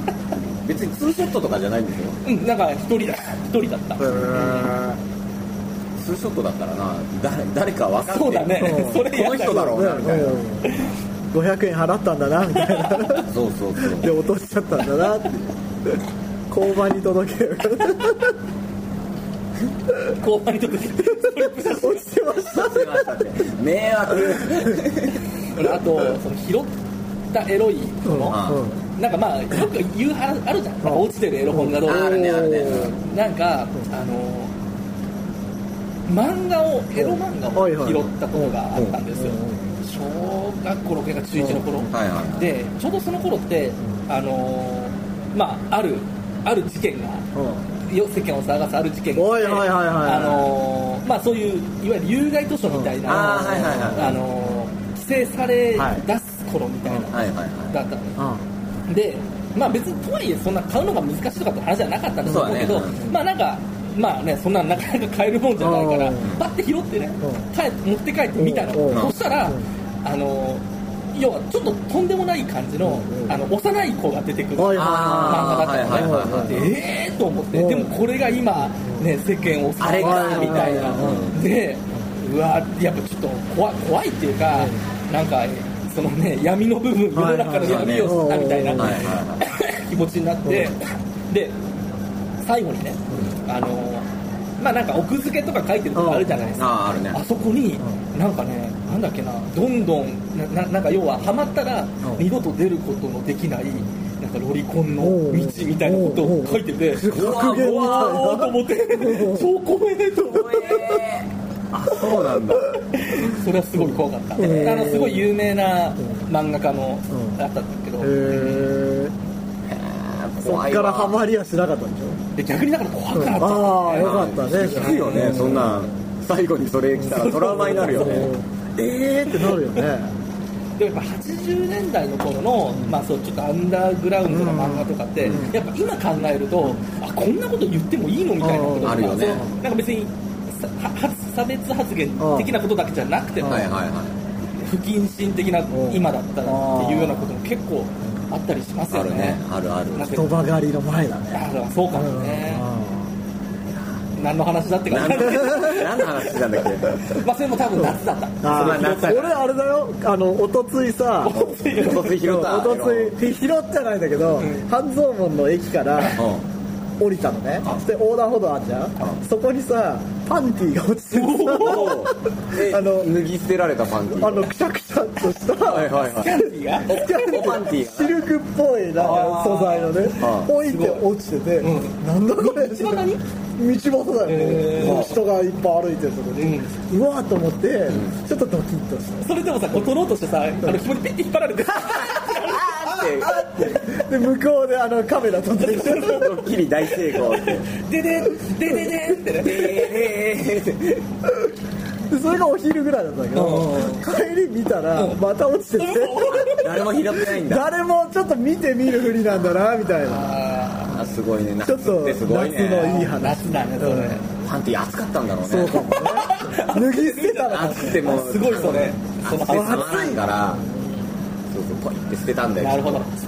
別にツーショットとかじゃないんですようん、なんか、一人だ。一人だったへ。ーツーショットだったらな誰誰か分かってそうだねん。それやこだの人だろうなみたいなうん500円払ったんだなみたいなそうそうそうで落としちゃったんだ なって交番に届ける後輩にとって、ストリップ写真。落ちてましたすいませんね迷惑俺あとその拾ったエロいそうの、んなんかまあよく言う話あるじゃん、なんか落ちてるエロ本がどうあるねあるねなんかあの漫画をエロ漫画をはいはい拾ったことがあったんですようんうん小学校6年か中1の頃、はいはいでちょうどその頃ってあのまああるある事件がよ世間を騒がすある事件があってはいはいはいはいあのーまあそういういわゆる有害図書みたいな、うんあーはいはいはいあのー規制されはい出す頃みたいな、はいはいはだったのよあでまあ別にとはいえそんな買うのが難しいとかって話じゃなかったんだと思うけそどうだねまあなんかまあねそんななかなか買えるもんじゃないからうんパッて拾ってねう帰って持って帰って見たのうんそしたらうんあのー要はちょっととんでもない感じのうんあの幼い子が出てくるはいはいあ漫画だったはいはいのはいねはいでええー、と思ってうんでもこれが今、ね、世間を騒がすみたいなうでうわやっぱちょっと怖い怖いっていうか、なんかそのね闇の部分世の中の闇を知ったみたいな、いはいはい 気持ちになって、で最後にね、あのまあなんか奥付けとか書いてるとこあるじゃないですか、あああるねあそこに、なんかね、なんだっけな、どんどん、なななんか要は、ハマったら二度と出ることのできない、なんかロリコンのおう道みたいなことを書いてて、おううわ格言みたいなうわーと思って、 超怖えと思って、あそうなんだそれはすごい怖かった、へーあのすごい有名な漫画家のうんだったんだけど、へえそっからハマりはしなかったんでしょで逆にだから怖くなっちゃった、ああよかったねいよねそんなん最後にそれ来たらトラウマになるよ ねええー、ってなるよね でもやっぱ80年代の頃の、まあそうちょっとアンダーグラウンドの漫画とかって、やっぱ今考えると、あこんなこと言ってもいいのみたいなこととかあるよねそのなんか別にさは発差別発言的なことだけじゃなくても、はいはいはい不謹慎的なうん今だったらっていうようなことも結構あったりしますあよるね。ねあるあるなんか人ば狩りの前だねあそうかもね、何の話だって何感じだけど何の話なんだっけ まあそれも多分夏だった、あまああ夏だ俺あれだよあのおとついさおとついおとつい拾ったおとつい拾ってはないんだけどん半蔵門の駅からう降りたのねで横断歩道あんじゃんそこにさパンティーが落ちてるんああのの脱ぎ捨てられたパンティ あのくしゃくしゃっとしたはいはいはキャいンディーがおパンティシルクっぽいなんかあー素材のねあー置いて落ちててうなんだこれ一番何道端だよへーね人がいっぱい歩いてるとこにうわーと思ってちょっとドキッとしたそれでもさ、こう取ろうとしてさ、あの紐にピッて引っ張られて、で向こうであのカメラ撮ってるがドッキリ大成功ってでででででってね。でそれがお昼ぐらいだったんだけどうん帰り見たらまた落ちてて誰も拾ってないんだ誰もちょっと見て見るふりなんだなみたいなああすごいね夏ちょっっとて夏すごのいねいい話夏だねそれ パンティー暑かったんだろうねそうかもね脱ぎ捨てたら暑くてもあうすごいそれ暑くてたまらんからそうそうポイって捨てたんだあよなるほどす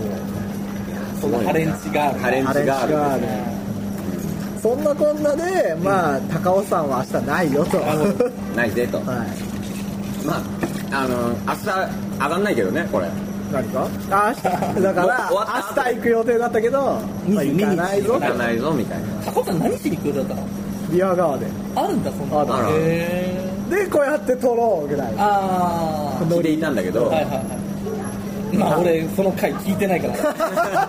そごのいねハレンチガールハレンチガーハレンチガールルですそんなこんなでまあ高尾山は明日ないよとはないぜといまああの明日上がんないけどねこれ何かあ明 日だから終わった後明日行く予定だったけど、まあ22行かないぞ上がんないぞみたいなタコさん何しに来るんだったのビアガーデあるんだそんなあるあるへンでこうやって撮ろうぐら いーあー聞いていたんだけど、はいはいはいまあ俺その回聞いてないから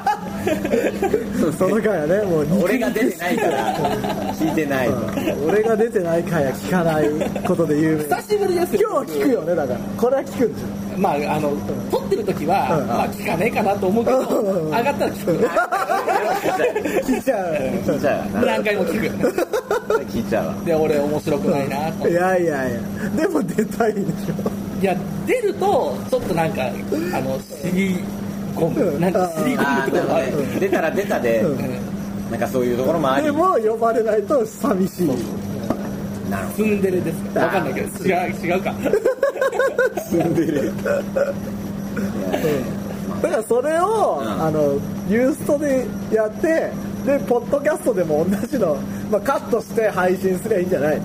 その回はねもう肉俺が出てないから聞いてないと、 うん俺が出てない回は聞かないこと で有名久しぶりですよ今日聞くよねだからこれは聞くんじゃんまああの撮ってる時は、うんまあ聞かねえかなと思うけど、うん上がったら聞く 聞いちゃう 聞いちゃうわな何回も聞くよね聞いちゃうわで俺面白くないなといやいやいやでも出たいでしいや出るとちょっとなんかあの尻込むなんか尻込むあっあなてこるとほはどいね出たら出たで、うなんかそういうところもあょりでも呼ばれないと寂しいなるほツンデレですかわかんないけど違う違うかだからそれを、うんあのユーストでやってでポッドキャストでも同じの、まあ、カットして配信すりゃいいんじゃない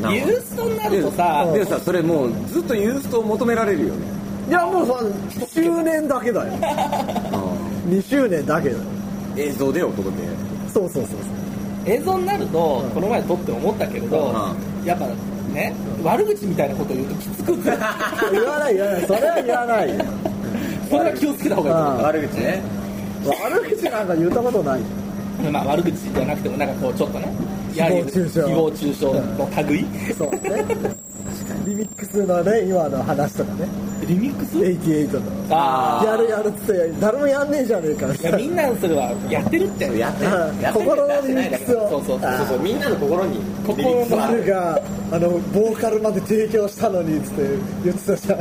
どなるユほどーストになるとさでもさそれもうずっとユーストを求められるよねいやもうさ1周年だけだよ2周年だけだよ映像でお届けそうそうそう映像になるとこの前撮って思ったけれどやっぱね悪口みたいなこと言うときつそくてう言わない言わないそれは言わないよそれは気をつけた方があ悪口ね悪口なんか言ったことないいいまあ悪口じゃなくてもなんかこうちょっとね誹謗中傷やはり誹謗中傷の類いそうねリミックスのね今の話とかね リミックス88のああやるやるっつって誰もやんねえじゃねえかいやみ んなそれはやってるってやってうんやって心のリミックスをそうそうそうそうそうみんなの心にここの僕があのボーカルまで提供したのにっつって言ってたじゃん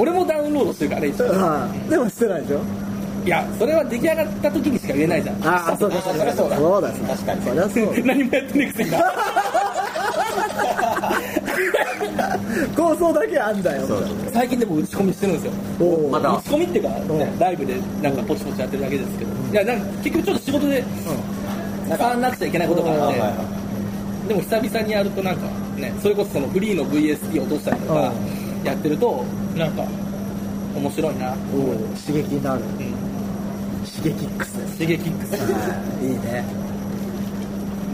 俺もダウンロードしてるからね一応うんでもしてないでしょいやそれは出来上がった時にしか言えないじゃんああそうかそうかそうだそうだ確かにそりゃそうだ何もやってねえくせにな構想だけあんだよそうだ最近でも打ち込みしてるんですよおおまだ打ち込みっていうか、ねうんライブでなんかポチポチやってるだけですけど、いやなんか結局ちょっと仕事で使わなくちゃいけないことがあって、でも久々にやるとなんかねそれこそそのフリーの VST 落としたりとかやってるとなんか面白いな、おお刺激になるうん、刺激ックスです刺激ックスはいいいね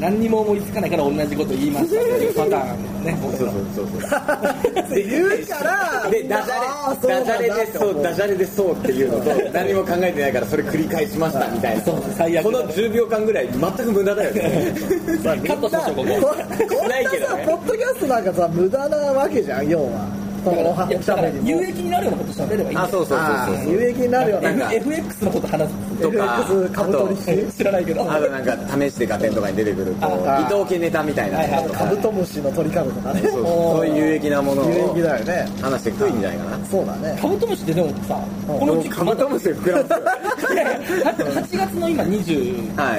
何にも思いつかないから同じこと言いましたっていうパターンね僕そうらそうそうって言うからでダジあーャそうなレんダジャだレでそうダジャレでそうっていうのと何も考えてないからそれ繰り返しましたみたいなそう最悪この10秒間ぐらい全く無駄だよねカットしましょうこここんなないけどさねポッドキャストなんかさ無駄なわけじゃん要はそのおいや話しだゃからべりも有益になるようなこと喋ればいいんだようあー有益になるよねなんか FX のこと話すとか FX 株取引知らないけどあとなんか試してガテンとかに出てくるこうあ伊藤家ネタみたいなのとかカブトムシの取り方とかねそうそういう有益なもの有を益だよね話していくといいんじゃないかなそうだねカブトムシってでもさこの時期カブトムシ膨らむいやいや8月の今は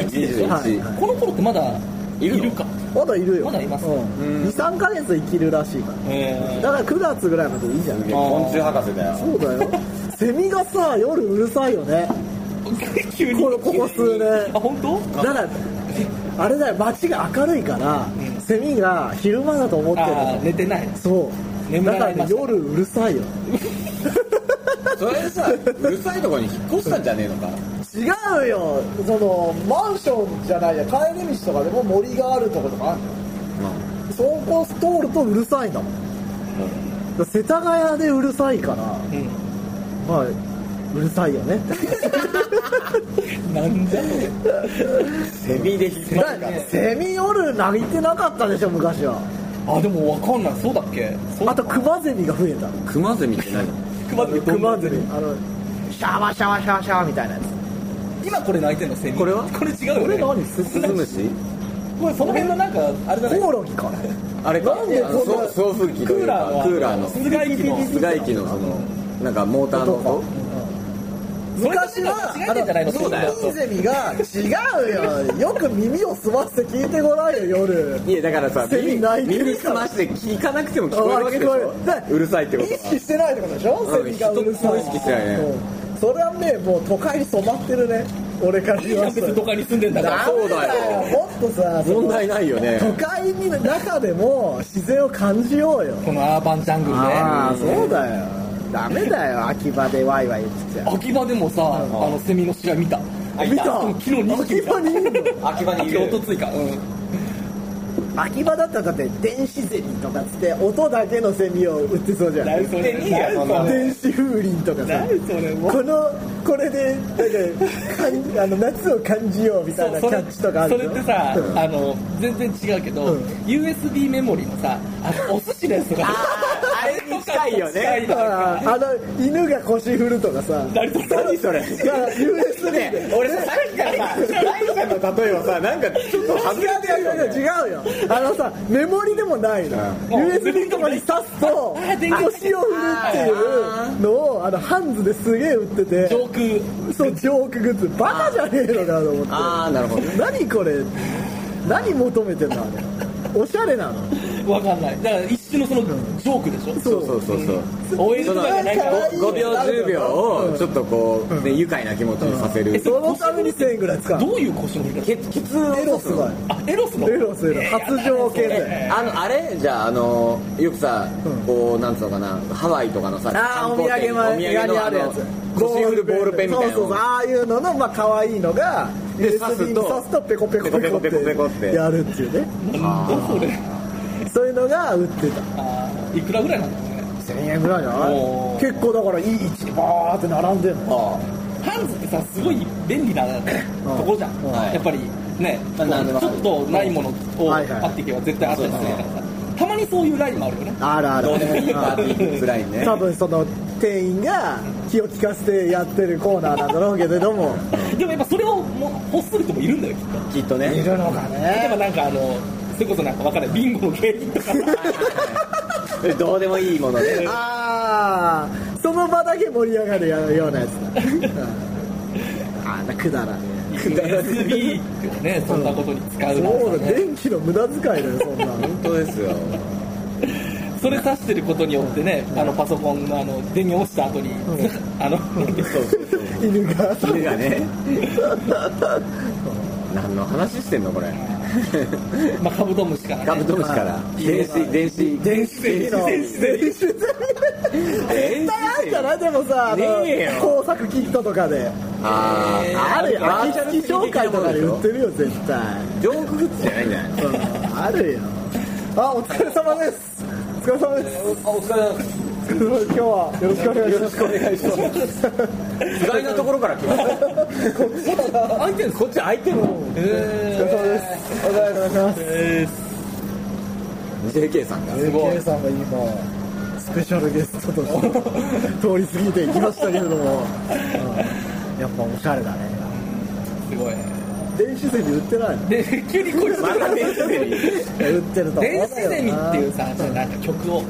い21でしょ、はい21この頃ってまだいるのかまだいるよまだいますうん、23ヶ月生きるらしいかえらだから9月ぐらいまでいいじゃんすげえ昆虫博士だよそうだよセミがさ夜うるさいよねー急にこのここ数年あ本当だからあれだよ街が明るいから、セミが昼間だと思ってるあー寝てないそう眠だからられねました夜うるさいよそれでさうるさいとこに引っ越したんじゃねえのか違うよそのマンションじゃないや帰り道とかでも森があるとことかあるじゃんそこ通るとうるさいんだもん、だから世田谷でうるさいからうんまあうるさいよねなんだセミで引っだからセミ夜鳴いてなかったでしょ昔はあでもわかんないそうだっけそうあとクマゼミが増えたクマゼミって 何クマゼミクマゼミあのシャワシャワシャワシャワみたいなやつ今これ泣いてんのセミこれはこれ違うこれよね何ススズズムムシこれその辺のなんかあれだねコオロギかあれかなんであのこんなそう送風機とクいーうかラーのクーラーの室外機の室外機のそのなんかモーターの音昔はそれと違う違ってんじゃないのそうだよそうだゼミが違うよよく耳を澄ませて聞いてごらんよ夜いやだからさセミ耳泣いてる耳澄まして聞かなくても聞こえるわけでしあ聞ょこえるだからうるさいってこと意識はしてないってことでしょうんセミがうるさい一つも意識してないねうんそれはねもう都会に染まってるね俺からいい言じゃわんせ別たにら都会に住んでんだからそうだよもっとさその問題ないよね都会の中でも自然を感じようよこのアーバンジャングルねああそうだよダメだよ秋葉でワイワイ言ってちゃ秋葉でもさ、あのセミの死骸見たあ見たうん昨日2匹見秋葉にいるた秋葉にいる秋おとついかうん秋葉だったらだって電子ゼミとかつって音だけのセミを売ってそうじゃん何それ何それ電子風鈴とかさ何それもうこのこれでなんかかんあの夏を感じようみたいなキそャれッチとかあるそでしれょってさ、うんあの全然違うけど、うん USB メモリのさあのお寿司のやつとかあれに近いよね近いあーあの犬が腰振るとかさ何それ何それいや USB で俺ささっきからさ大ちゃんの例えばさなんかちょっと外れて違るうよね違うよあのさメモリでもないの、ん USB とかに刺すと電源腰を振るっていうのをあのハンズですげえ売ってて上空そうジョークグッズバカじゃねえのかと思ってああなるほど何これ何求めてんのあれおしゃれなのわかんないだから一瞬のそのジョークでしょ、そうそうそうそう応援とかじゃないからその5秒10秒をちょっとこう、ね、愉快な気持ちにさせるえそのために1000円ぐらい使うどういう腰の振り方ケケツをエロすごいあエロスのエロすごい発情系だよえあのあれじゃああのよくさ、こうなんつうのかなハワイとかのさあーお土産の前屋にあるやつ腰振るボールペンみたいなのそうそうそうああいうののまあ可愛いのがで USB 刺すにと刺すとペコペコペコペコペコペコっっててやるっていうねなんだそれそういうのが売ってたあーいくらぐらいなんだろうね1000円ぐらいじゃないおー結構だからいい位置にバーって並んでんのハンズってさすごい便利なところじゃん、うんやっぱりね、まあなんでもちょっとないものをはあいはいっていけば絶対あったりするからさたまにそういうラインもあるよねあるあるどうでもいいパーティーぐらいね多分その店員が気を利かせてやってるコーナーなんだろうけれどもでもやっぱそれをもう欲する人もいるんだよきっときっとねるのか例えばねなんかあのそれこそなんか分かんないビンゴの芸人とかどうでもいいものねああその場だけ盛り上がるようなやつだ、 うん、あんなくだらねえ USB をねそんなことに使うなんそうだ、てね電気の無駄遣いだよ、そんなの。本当ですよそれ刺してることによってねあのパソコンのあの電源落ちた後に、 あの 犬が。家がね何の話してんのこれまあカブトムシから、ね、カブ トムシから電子電子電子電子電絶対あんじゃないでもさ、あのねえよ工作キットとかで。あーあるよ。バー秋チャル月紹介とかで売ってるよ、絶対。ジョークグッズじゃないんじゃないうんあるよ。あ、お疲れ様です。お疲れ様です。あお疲れ様ですお疲れ様です 今日はよろしくお願いします。よろしくお願いします。意外なところから来ました開いてるこっち開いてるのお疲れ様です。お疲れ様です。 JK さんが AK さんが今、スペシャルゲストとして通り過ぎていきましたけれども、うん やっぱおしゃれだね。すごい電子ゼミ売ってないので急にこいつまた電子ゼミ売ってると思電う子ゼミっていうさなんか曲を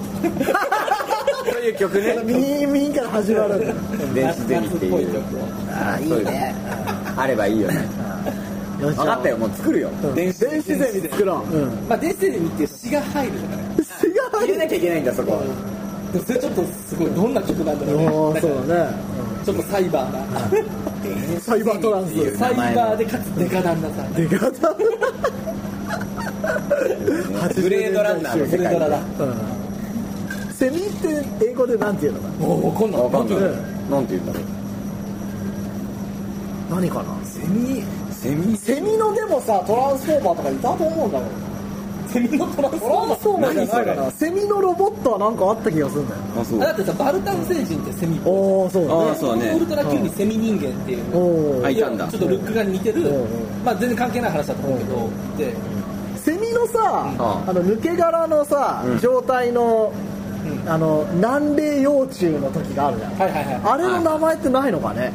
そういう曲 ねミーミーから始まる電子ゼミって夏っぽいう曲をああいそういうのあればいいよねよし分かったよもう作るよ電子電子ゼミ作ろう、うん、まあ電子ゼミっていう詩が入るとかね入れなきゃいけないんだそこでもそれちょっとすごいどんな曲なんだろうねおおなんそかうだねちょっとサイバーうんサイバートランスなサイバーでかつデカダンなさでかたグレードランナーのそ世れ界からだうんセミって英語でなんていうのかもう怒んわのかんないねなんて言うんだろうな何かなセミセミセミのでもさトランスフォーマーとかいたと思うんだけどセミのトランスフォーマーそうなんじゃないか何なセミのロボットはなんかあった気がするんだよあそうあだってさバルタン星人ってセミおおそうだあねーそうねウルトラ Q にセミ人間っていうおお、はいいやいたんだちょっとルックが似てるうんうんまあ全然関係ない話だと思うけどでセミのさ、んあの抜け殻のさ、うん状態の、うあの南米幼虫の時があるじゃんはいはいはいあれの名前ってないのかね、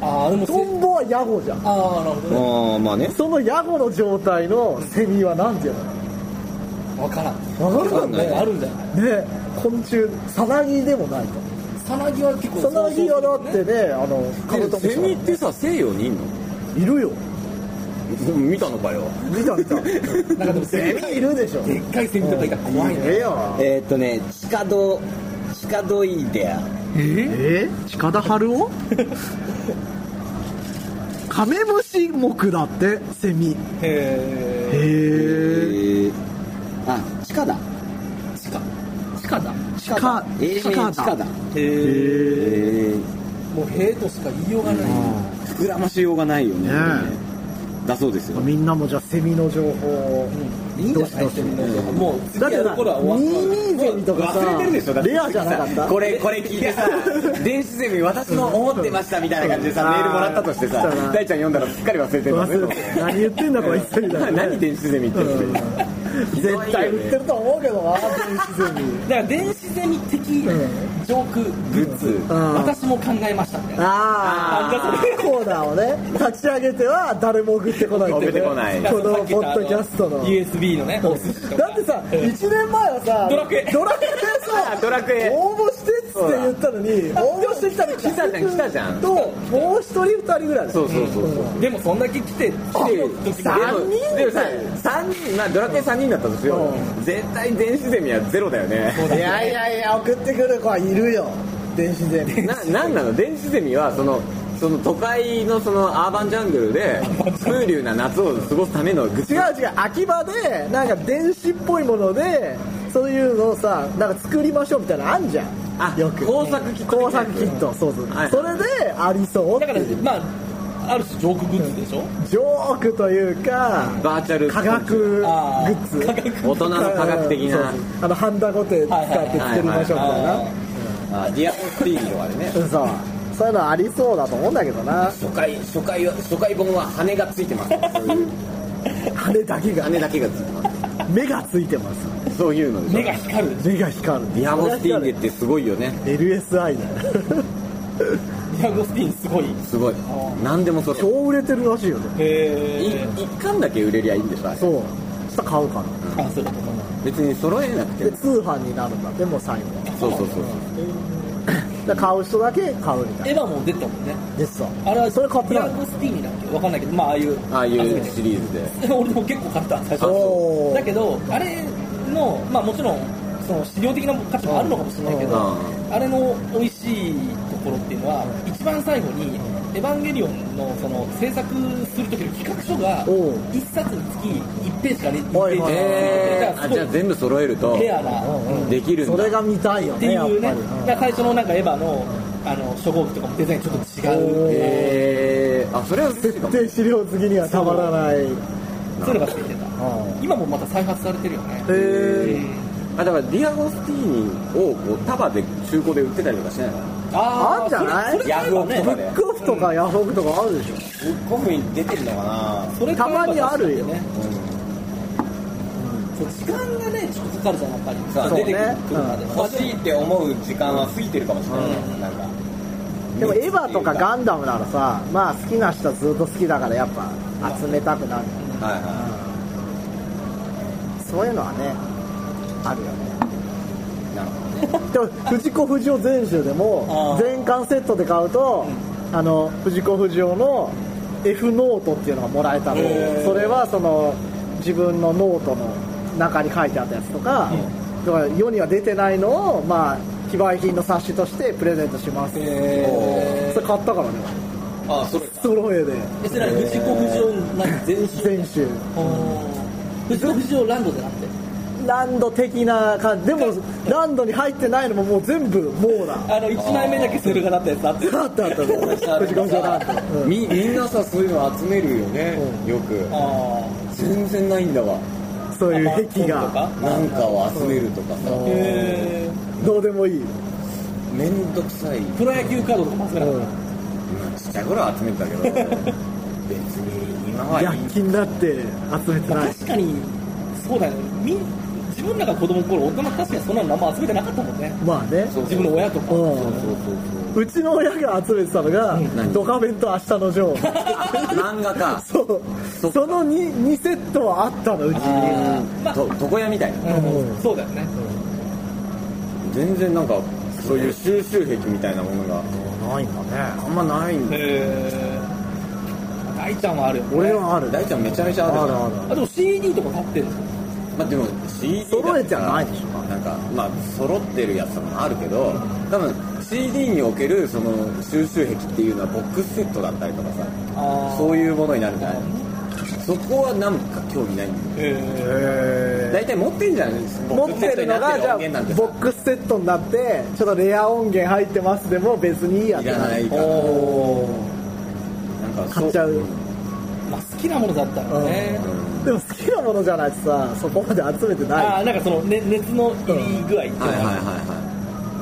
あああれもセトンボはヤゴじゃんああなるほどねああまあねそのヤゴの状態のセミはなんていう分からんのわかるわかんないあるんじゃないかね昆虫サナギでもないサナギは結構とサナギはだってねあのカブトムシセミってさ西洋にいんのいるよ見たのかよ見た見たなんかでもセセミミいるでしょでっかいセミとかいたら怖いねえよえーっとね地下道地下道イデアえ近田春夫カメムシ目だってセミへへえええー、あ地下だ地下地下だ地下だ地下英名地下だ地下だへええーもうへえとしか言いようがない膨らましようがないよねねだそうですよみんなもじゃあセミの情報をいいんじゃないどうしどうしもう次だってやなる頃は終わっ22ゼミとかさ忘れてるでしょだってレアじゃなかったこれこれ聞いて さ電子ゼミ私の思ってましたみたいな感じでさうんメールもらったとしてさそうだ大なちゃん読んだらすっかり忘れてるのね忘れ何言ってんだこいつみたいな何電子ゼミって言ってる絶対売ってると思うけどな電子ゼミただから電子ゼミ的ジョークグッズん私も考えましたみたいなああコーナーをね立ち上げては誰も送ってこない送ってこないこのポッドキャストの USB のねお寿司とかだってさ1年前はさドラクエドラクエでさ ドラクエ応募してっつって言ったのに応募してきたの来たじゃん来たじゃんともう一人二人ぐらいだよそうそうそうそうでもそんだけ来て来てる時でもも人でもさ3人まあドラクエ3人だったとしよう絶対電子ゼミはゼロだよねいやいやいや送ってくる子はいるよ電子ゼミななんなの電子ゼミはそのその都会のそのアーバンジャングルで風流な夏を過ごすためのグッズ違う違う秋葉でなんか電子っぽいものでそういうのをさなんか作りましょうみたいなのあんじゃんあよく工作キット工作キットそうそう、はいそれでありそうってだかいらうまあある種ジョークグッズでしょジョークというかバーチャル科学グあーッズ科学大人の科学的そうなそうあのハンダゴテ使って作りましょうみたいなああディアゴスティーニとかでねうんそうそういうのありそうだと思うんだけどな初回初回は初回本は羽がついてますそういう羽だけが羽だけがついてま目がついてますすそういうのでしょ目が光る目が光るディアゴスティーニってすごいよね LSI だよディアゴスティーンすごいすごい何でもそれ超売れてるらしいよねへえ1巻だけ売れりゃいいんでしょあれそうそしたら買うかなあそうだと思う別に揃えなくてでも通販になるんだってもう最後はそうそうそうだから買う人だけ買うみたいエヴァも出たもんねなですさあれはそれ買ってディなアいゴスティーニだっけわかんないけどまあああいうああい集めうて シリーズで俺も結構買った最あそ初うだけどあれのまあもちろんその資料的な価値もあるのかもしれないけどうあれの美味しいところっていうのは一番最後に「エヴァンゲリオンの」その制作する時の企画書がおう1冊につき1ページから1ペはいージはいえだーあからすごじゃあい全部揃えるとレアなできるんそだれが見たいよってねいやっぱりうねだからうん最初のなんかエヴァのあの初号機とかもデザインちょっと違おううえー、あそれは嬉しいかもで資料好きにはたまらないへそういうのがついてた今もまた再発されてるよねえあだからディアゴスティーニをこう束で中古で売ってたりとかしないのあーあんじゃないそれそれヤフオクとブかでックオフとかヤフオクとかあるでしょブックオフに出てるのかなそれ買えばたまにあるよねそう時間がねちょっとかかるじゃんやっぱりそう出てくるまでう欲しいって思う時間は過ぎてるかもしれない、なんかでもエヴァとかガンダムならさまあ好きな人はずっと好きだからやっぱ集めたくなるはいはそういうのはねあるよねいなるほでも藤子不二雄全集でもあー全巻セットで買うと、あの藤子不二雄の F ノートっていうのがもらえたのへーそれはその自分のノートの中に書いてあったやつとか,、だから世には出てないのを、まあ、非売品の冊子としてプレゼントします、へーそれ買ったからねあそれソロ絵でえそれは藤子不二雄なんか全集全集藤子不二雄ランドじゃなくてランド的な感じでもランドに入ってないのももう全部もうだあの1枚目だけセルがなったやつあってあったあった藤子不二雄ランドど、みみんなさそういうの集めるよね、よくあ全然ないんだわそういうー壁本とがかなんかを集めるとかさへどうでもいいめんどくさいープロ野球カードとかも集めなかっまあちっちゃい頃は集めてたけど別に今はいい躍起になって集めてたない確かにそうだよねみん自分らが子供の頃大人確かにそんなのあんま集めてなかったもんねまあね自分の親とかうんそうそううちの親が集めてたのが「何ドカベン」と「明日のジそうョー漫画か」そうそっかその 2, 2セットはあったのうちあにーまあと床屋みたいなうんそうだよね全然なんかそういう収集癖みたいなものがないんだねあんまないんだへー大ちゃんはあるよね俺はある大ちゃんめちゃめちゃあるあじるゃんああでも CD とか買ってるんですよまあでも CD 揃えてはないいでしょなんかまあ揃ってるやつとかもあるけど多分 CD におけるその収集癖っていうのはボックスセットだったりとかさそういうものになるからそこはなんか興味ないんだよへ大体持ってんじゃん持ってるのがじゃあボックスセットになってる音源なんてさボックスセットになってちょっとレア音源入ってますでも別にいいやっいてらないからなんかそう買っちゃううんまあ、好きなものだったらね、でも好きなものじゃないとさそこまで集めてないああなんかその、ね、熱の入り具合っていうのはいはいは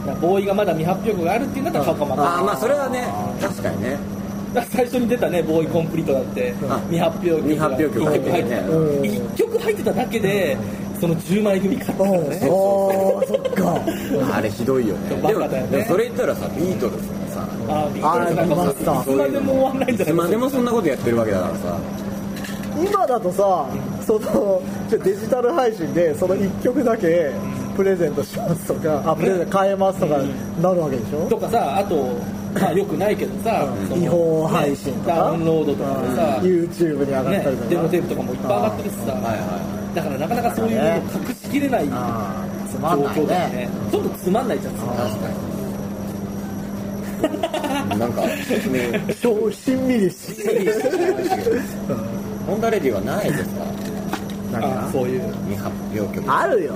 いがはいボーイがまだ未発表があるっていうんだったら買うかもああまあそれはね確かにねだから最初に出たねボーイコンプリートだってあ未発表曲が未発表曲入ってるねうん1曲入ってただけでその10枚組買ったからねおーそっかあれひどいよねバでカもだよねでもそれ言ったらさビートルズもさあビートルズなんかもあー見ましたいつまでも終わんないんじいゃなついまでもそんなことやってるわけだから さ今だとさそのじゃあデジタル配信でその1曲だけプレゼントしますとかあプレゼント変えますとかなるわけでしょとかさあとまあよくないけどさその違法配信とかダウンロードとかでさ、ね YouTube に上がったりとかデモテープとかもいっぱい上がってるしさはいはだからなかなかそういうものを隠しきれない状あーつまんない況だよねねちょっとつまんないじゃんそのい確かになんか 説明しょしんみりしホンダレディはないですか何あがそういう未発表曲あるよ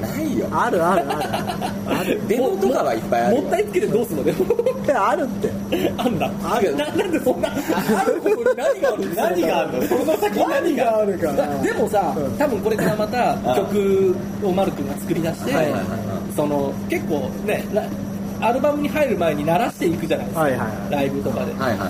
ないよあるある あデモとかはいっぱいあるよもったいつけてどうすんのでもるいやあるってあんだあるななんでそんなあることに何があるの何があるのその先何が何があるかなでもさうん多分これからまた曲をマル君が作り出してはいはいはいはその結構ねなアルバムに入る前に鳴らしていくじゃないですか、はいはいはいライブとかで、はいはいはい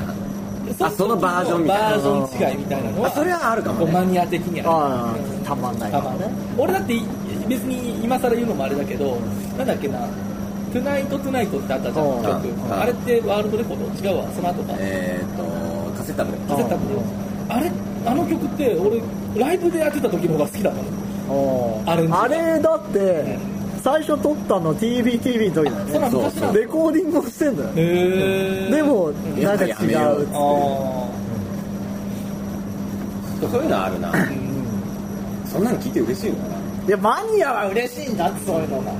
の時そのバージョンみたいなバージョン違いみたいなのはあそれはあるかもこうマねニア的にはああたまんないかたらまにね俺だってい別に今更言うのもあれだけどなんだっけな「トゥナイトトゥナイトってあったじゃうんんうん曲あれってワールドレコード違うわその後かえーっとカセットブカセットであれあの曲って俺ライブでやってた時の方が好きだったのアレンジあれだって最初撮ったの TBTV の時だよそねら昔なんだレコーディングをしてんだよへーでもやなんか違やめよううっつってああそういうのあるなそんなの聞いて嬉しいのかないやマニアは嬉しいんだってそういうのが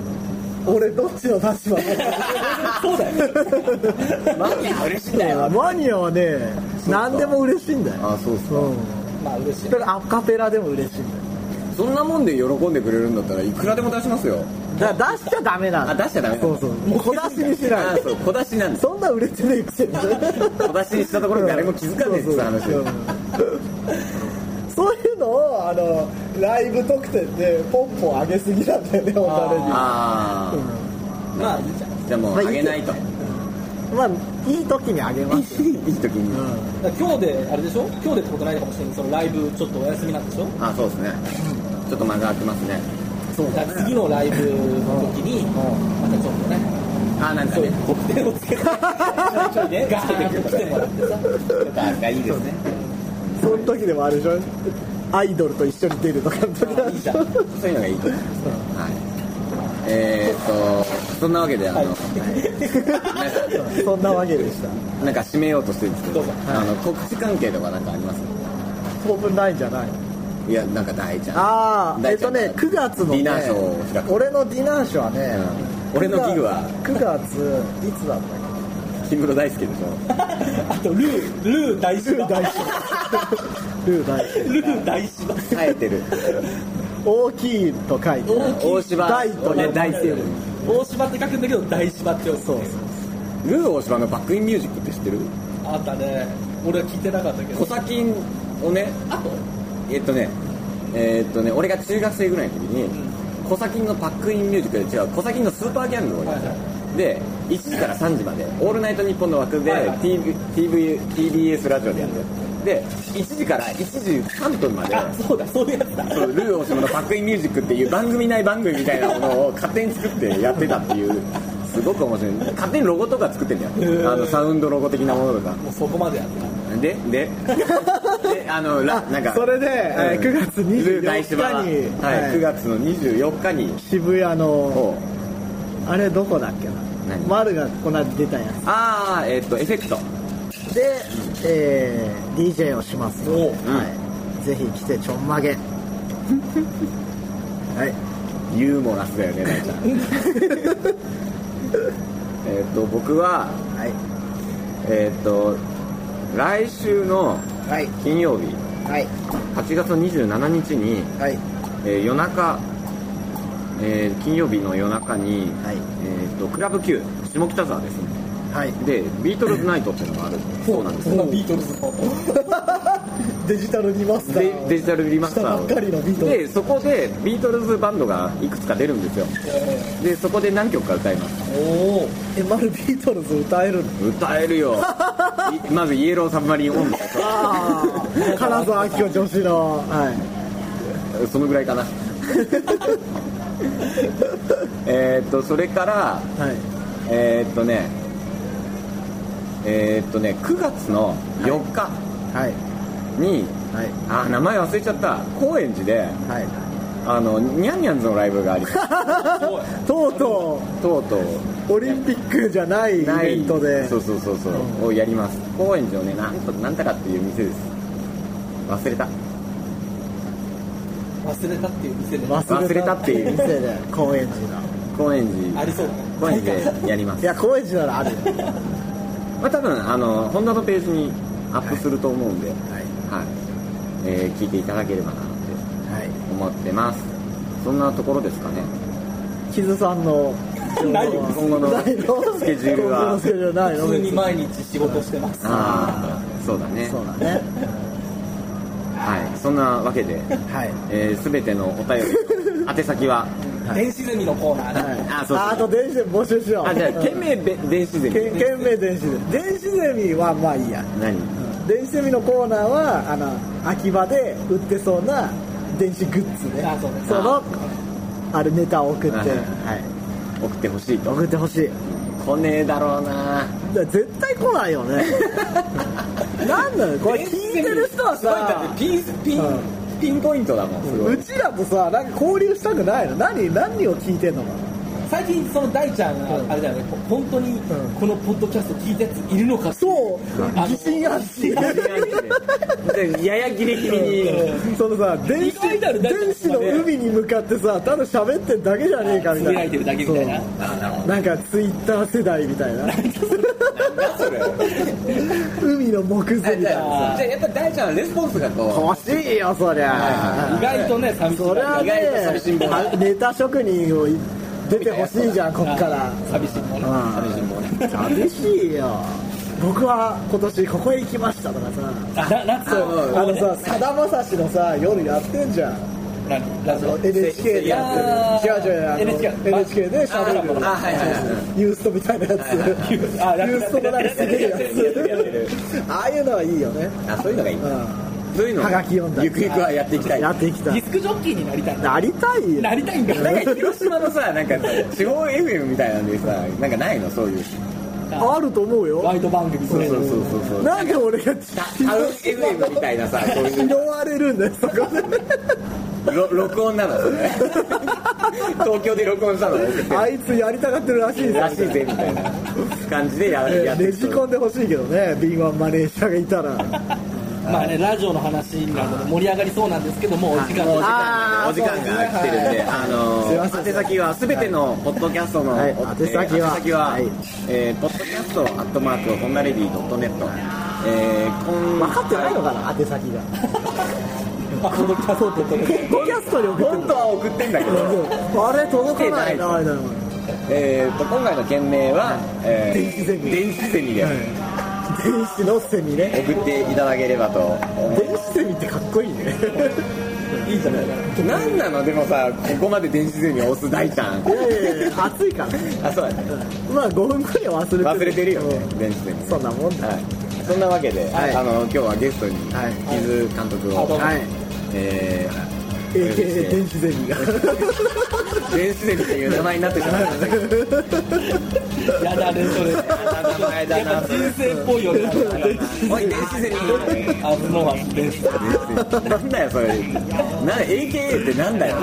俺どっちの立場そうだよマニア嬉しいんだだ マニアはね何でも嬉しいんだよあそうっすかうんまあ嬉しいだからアカペラでも嬉しいんだよそんなもんで喜んでくれるんだったらいくらでも出しますよだから出しちゃダメなのあ出しちゃダメなそのうそうもう小出しにしなあいそう小出しなんですそんな売れてねえくせに小出しにしたところ誰も気づかねえってさ話そうそうそういうのをあのライブ特典でポンポン上げすぎなんだよねお金にああまあいいじゃんじゃあもうあげないとまあいい時にあげますいい時にだから今日であれでしょ今日でってことないかもしれないそのライブちょっとお休みなんでしょあそうですねちょっと間が空きますねそうだから次のライブの時にまたちょっとねあなんかそういねう特典をつ けてちょいちょいねガーッと来てもらってさなんかいいですねその時でもあれでしょアイドルと一緒に出るとかの時あいいじゃんそういうのがいいと思いますねはいえーっとそんなわけであの、はいそんなわけでしたなんか締めようとしてるんですけどどうぞあの告知関係とかなんかありますオープンラインじゃないいやなんか大ちゃんああえ大っちゃとんがね9月の、ね、ディナーショーを開く俺のディナーショーはね、うん俺のギグは9月いつだったっけ氷室大好きでしょ あとルールー大ルー芝大ル師 ルー大師ー大芝生えて る大きいと書いて大芝大とね大っていう大芝って書くんだけど大芝って呼ぶそうルー大芝のバックインミュージックって知ってるあったね俺は聞いてなかったけコどサキンをねあとえーっとねえーっとね俺が中学生ぐらいの時にコサキンのバックインミュージックで違うコサキンのスーパーギャングをやったはいで1時から3時まで「オールナイトニッポン」の枠ではいはい TV TV TBS ラジオでやってで1時から1時3分まであそうだそういうやつだそうルー大島のバックインミュージックっていう番組内番組みたいなものを勝手に作ってやってたっていうすごく面白い勝手にロゴとか作ってんだよあのサウンドロゴ的なものとかもうそこまでやってたで でであのらなんかそれで、えー9月ルー大24日島ははいに、はい9月の24日に渋谷のをあれどこだっけな何丸がこの間出たやああえっ、とエフェクトつで、えー DJ をしますおう はい、ぜひ来てちょんまげはいユーモラスだよね大ちゃ んえっと僕ははいえっと来週のはい金曜日はい8月27日に、はいえー夜中、えー金曜日の夜中に、はいえー、とクラブ Q 下北沢ですねはいでビートルズナイトっていうのがあるそうなんですよビートルズのデジタルリマスタでーデジタルリマスターしたばっかりのビートルズでそこでビートルズバンドがいくつか出るんですよでそこで何曲か歌いますおおえまるビートルズ歌えるの歌える よいまずイエローサブマリンオンとああ 金沢明子女子のはいかそのぐらい かなえーっとそれからはいえーっとねえーっとね9月の4日はいに、はいあー名前忘れちゃった高円寺ではいあのニャンニャンズのライブがあります とうととうとううオリンピックじゃないイベントでそうそうそうそう、をやります高円寺のねなんとなんたかっていう店です忘れた忘れたっていう店で忘れたっていう 忘れたっていう店で高円寺高円あ寺りそうだね高円寺でやりまのいすや高円寺ならあるよまあ多分あのホンダのページにアップすると思うんで、はいえー聞いていただければなってはい思ってますそんなところですかねキズさんのないよ今後のないのスケジュールは今後のスケジュールないの普通に毎日仕事してますああそうだねそうだねはいそんなわけで、はいえー、全てのお便りの宛先は電子ゼミのコーナーはいねあそうそうああと電子で募集しようあじゃあうん懸命で電子ゼけミ懸命電子で電子ゼミはまあいいや何電子ゼミのコーナーはあの秋葉で売ってそうな電子グッズねあそうねそのああれネタを送って、はいはい、送ってほしいと送ってほしい来ねえだろうなだ絶対来ない よねなんだよこれ聞いてる人はすごいだっさてピンピンうんピンポイントだもんすごいうちらとさなんか交流したくないの何何を聞いてんのか最近その大ちゃんが、うんあれだよねほ本当にこのポッドキャスト聞いたやついるのかっていそうあの疑心暗鬼でややギリギリにそのさ電意子外だろだって電子の海に向かってさただ喋ってるだけじゃねえかみつたぶいなやいてるだけみたいなそうなんかツイッター世代みたいな海の木図みたいなさじゃあやっぱ大ちゃんはレスポンスがこ欲しいよそりゃ意外とね寂しいそりゃね意外と寂しいもんあネタ職人を出てほしいじゃんこっから寂しいもんねうんう寂しいよ僕は今年ここへ行きましたとかさあななんかそうあのささだまさしのさ夜やってんじゃん何ラジオ NHK でやってる違う違うあの NHK NHK でしゃべるああはいはいはユーストみたいなやつユあーストのなんかすげえやつああいうのはいいよねいあそういうのがいいうんそういうのはがき読んだゆくゆくはやっていきたいやっていきデたィいスクジョッキーになりたいんだなりたいよなりたいんだなんか広島のさなんか地方 FM みたいなんでさなんかないのそういうあると思うワよイド番組それそうそうそうそうなんで俺がタウン FM みたいなさそういう拾われるんだよそこでろ録音なのそれ東京で録音したの あいつやりたがってるらしいらしいぜぜみたいな感じでやえやーってねるじ込んでほしいけどね敏腕マネージャーがいたらまあねラジオの話になると盛り上がりそうなんですけどもお時間もうお時間ががお時間が来てるんで、あのすいませんー、宛先はすべてのポッドキャストの、はいえー宛先は宛先は、はいえーポッドキャストアットマークホンダレディドットネット。えー、分今かってないのかな宛先がポッドキャストってことポッドキャストに送って本当は送ってんだけ ど、あれ届かないなみたいなえーと今回の件名は、えー電子ゼミ電子ゼミで電子のセミね送っていただければと思電子セミってかっこいいねいいじゃないかう。なんなのでもさ、ここまで電子ゼミを押す大ちゃん。ええ暑いからねあ、そうだね。まあ5分くらいは忘れてる忘れてるよねう、ん電子ゼミね。そんなもんだはい、そんなわけで、はいあの今日はゲストにはい木津監督を、あどうもはいえ AKA 電子ゼミがー、電子ゼミという名前になってしまいましたけどやだねそれ名前だやっぱ人生っぽいよねおい電子ゼミあのは電子なんだよそれなん AKA ってなんだよ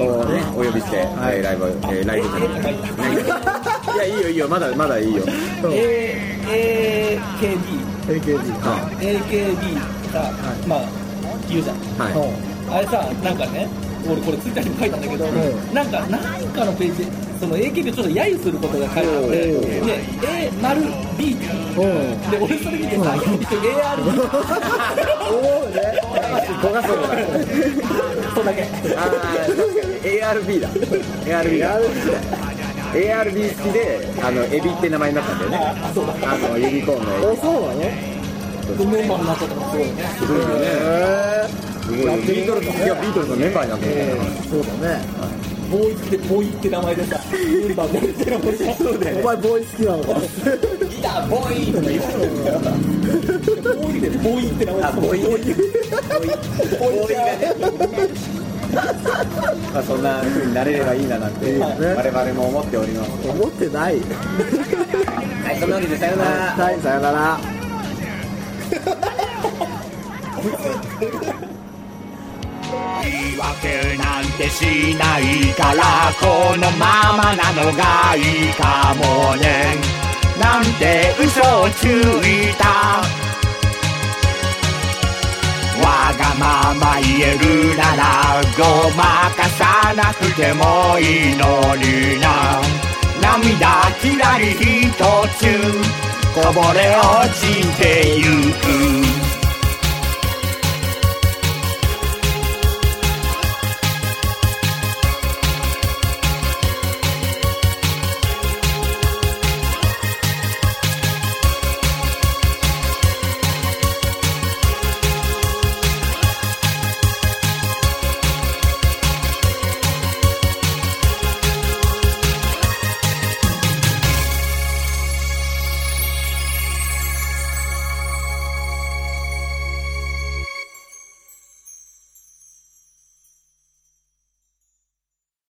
をねお呼びして、えーライブ、えー、ライブ いやいいよいいよまだまだいいよ A AKB AKB は AKB さまあ言うじゃんい、はいあれさなんかね俺これツイッターにも書いたんだけど、なんかなんかのページその AKB をちょっと揶揄することが書いてあって、で A 丸 B ってで俺それ見てさ、ARB 思うね焦がそうだ そんだけあー確かに ARB だ ARB だ ARB 好きであのエビって名前になったんだよねあそうだあのユニコーンのエあそうなのへメンバーになったとかすごいねビすごいよねえすごいよビートルズいやビートルズのメンバーになったんだよそうだねボーイってボーイって名前でさメンバーになってる俺そうだお前ボーイ好きなのかギタ ーボーイとか言われるんだよボーイでボーイって名前でボーイボーイボーイまあそんな風になれればいいななんてよね我々も思っております思ってないはいそんなわけでさようならはいさよなら言い訳なんてしないからこのままなのがいいかもねなんて嘘をついたわがまま言えるならごまかさなくてもいいのにな涙きらりひとつこぼれ落ちてゆく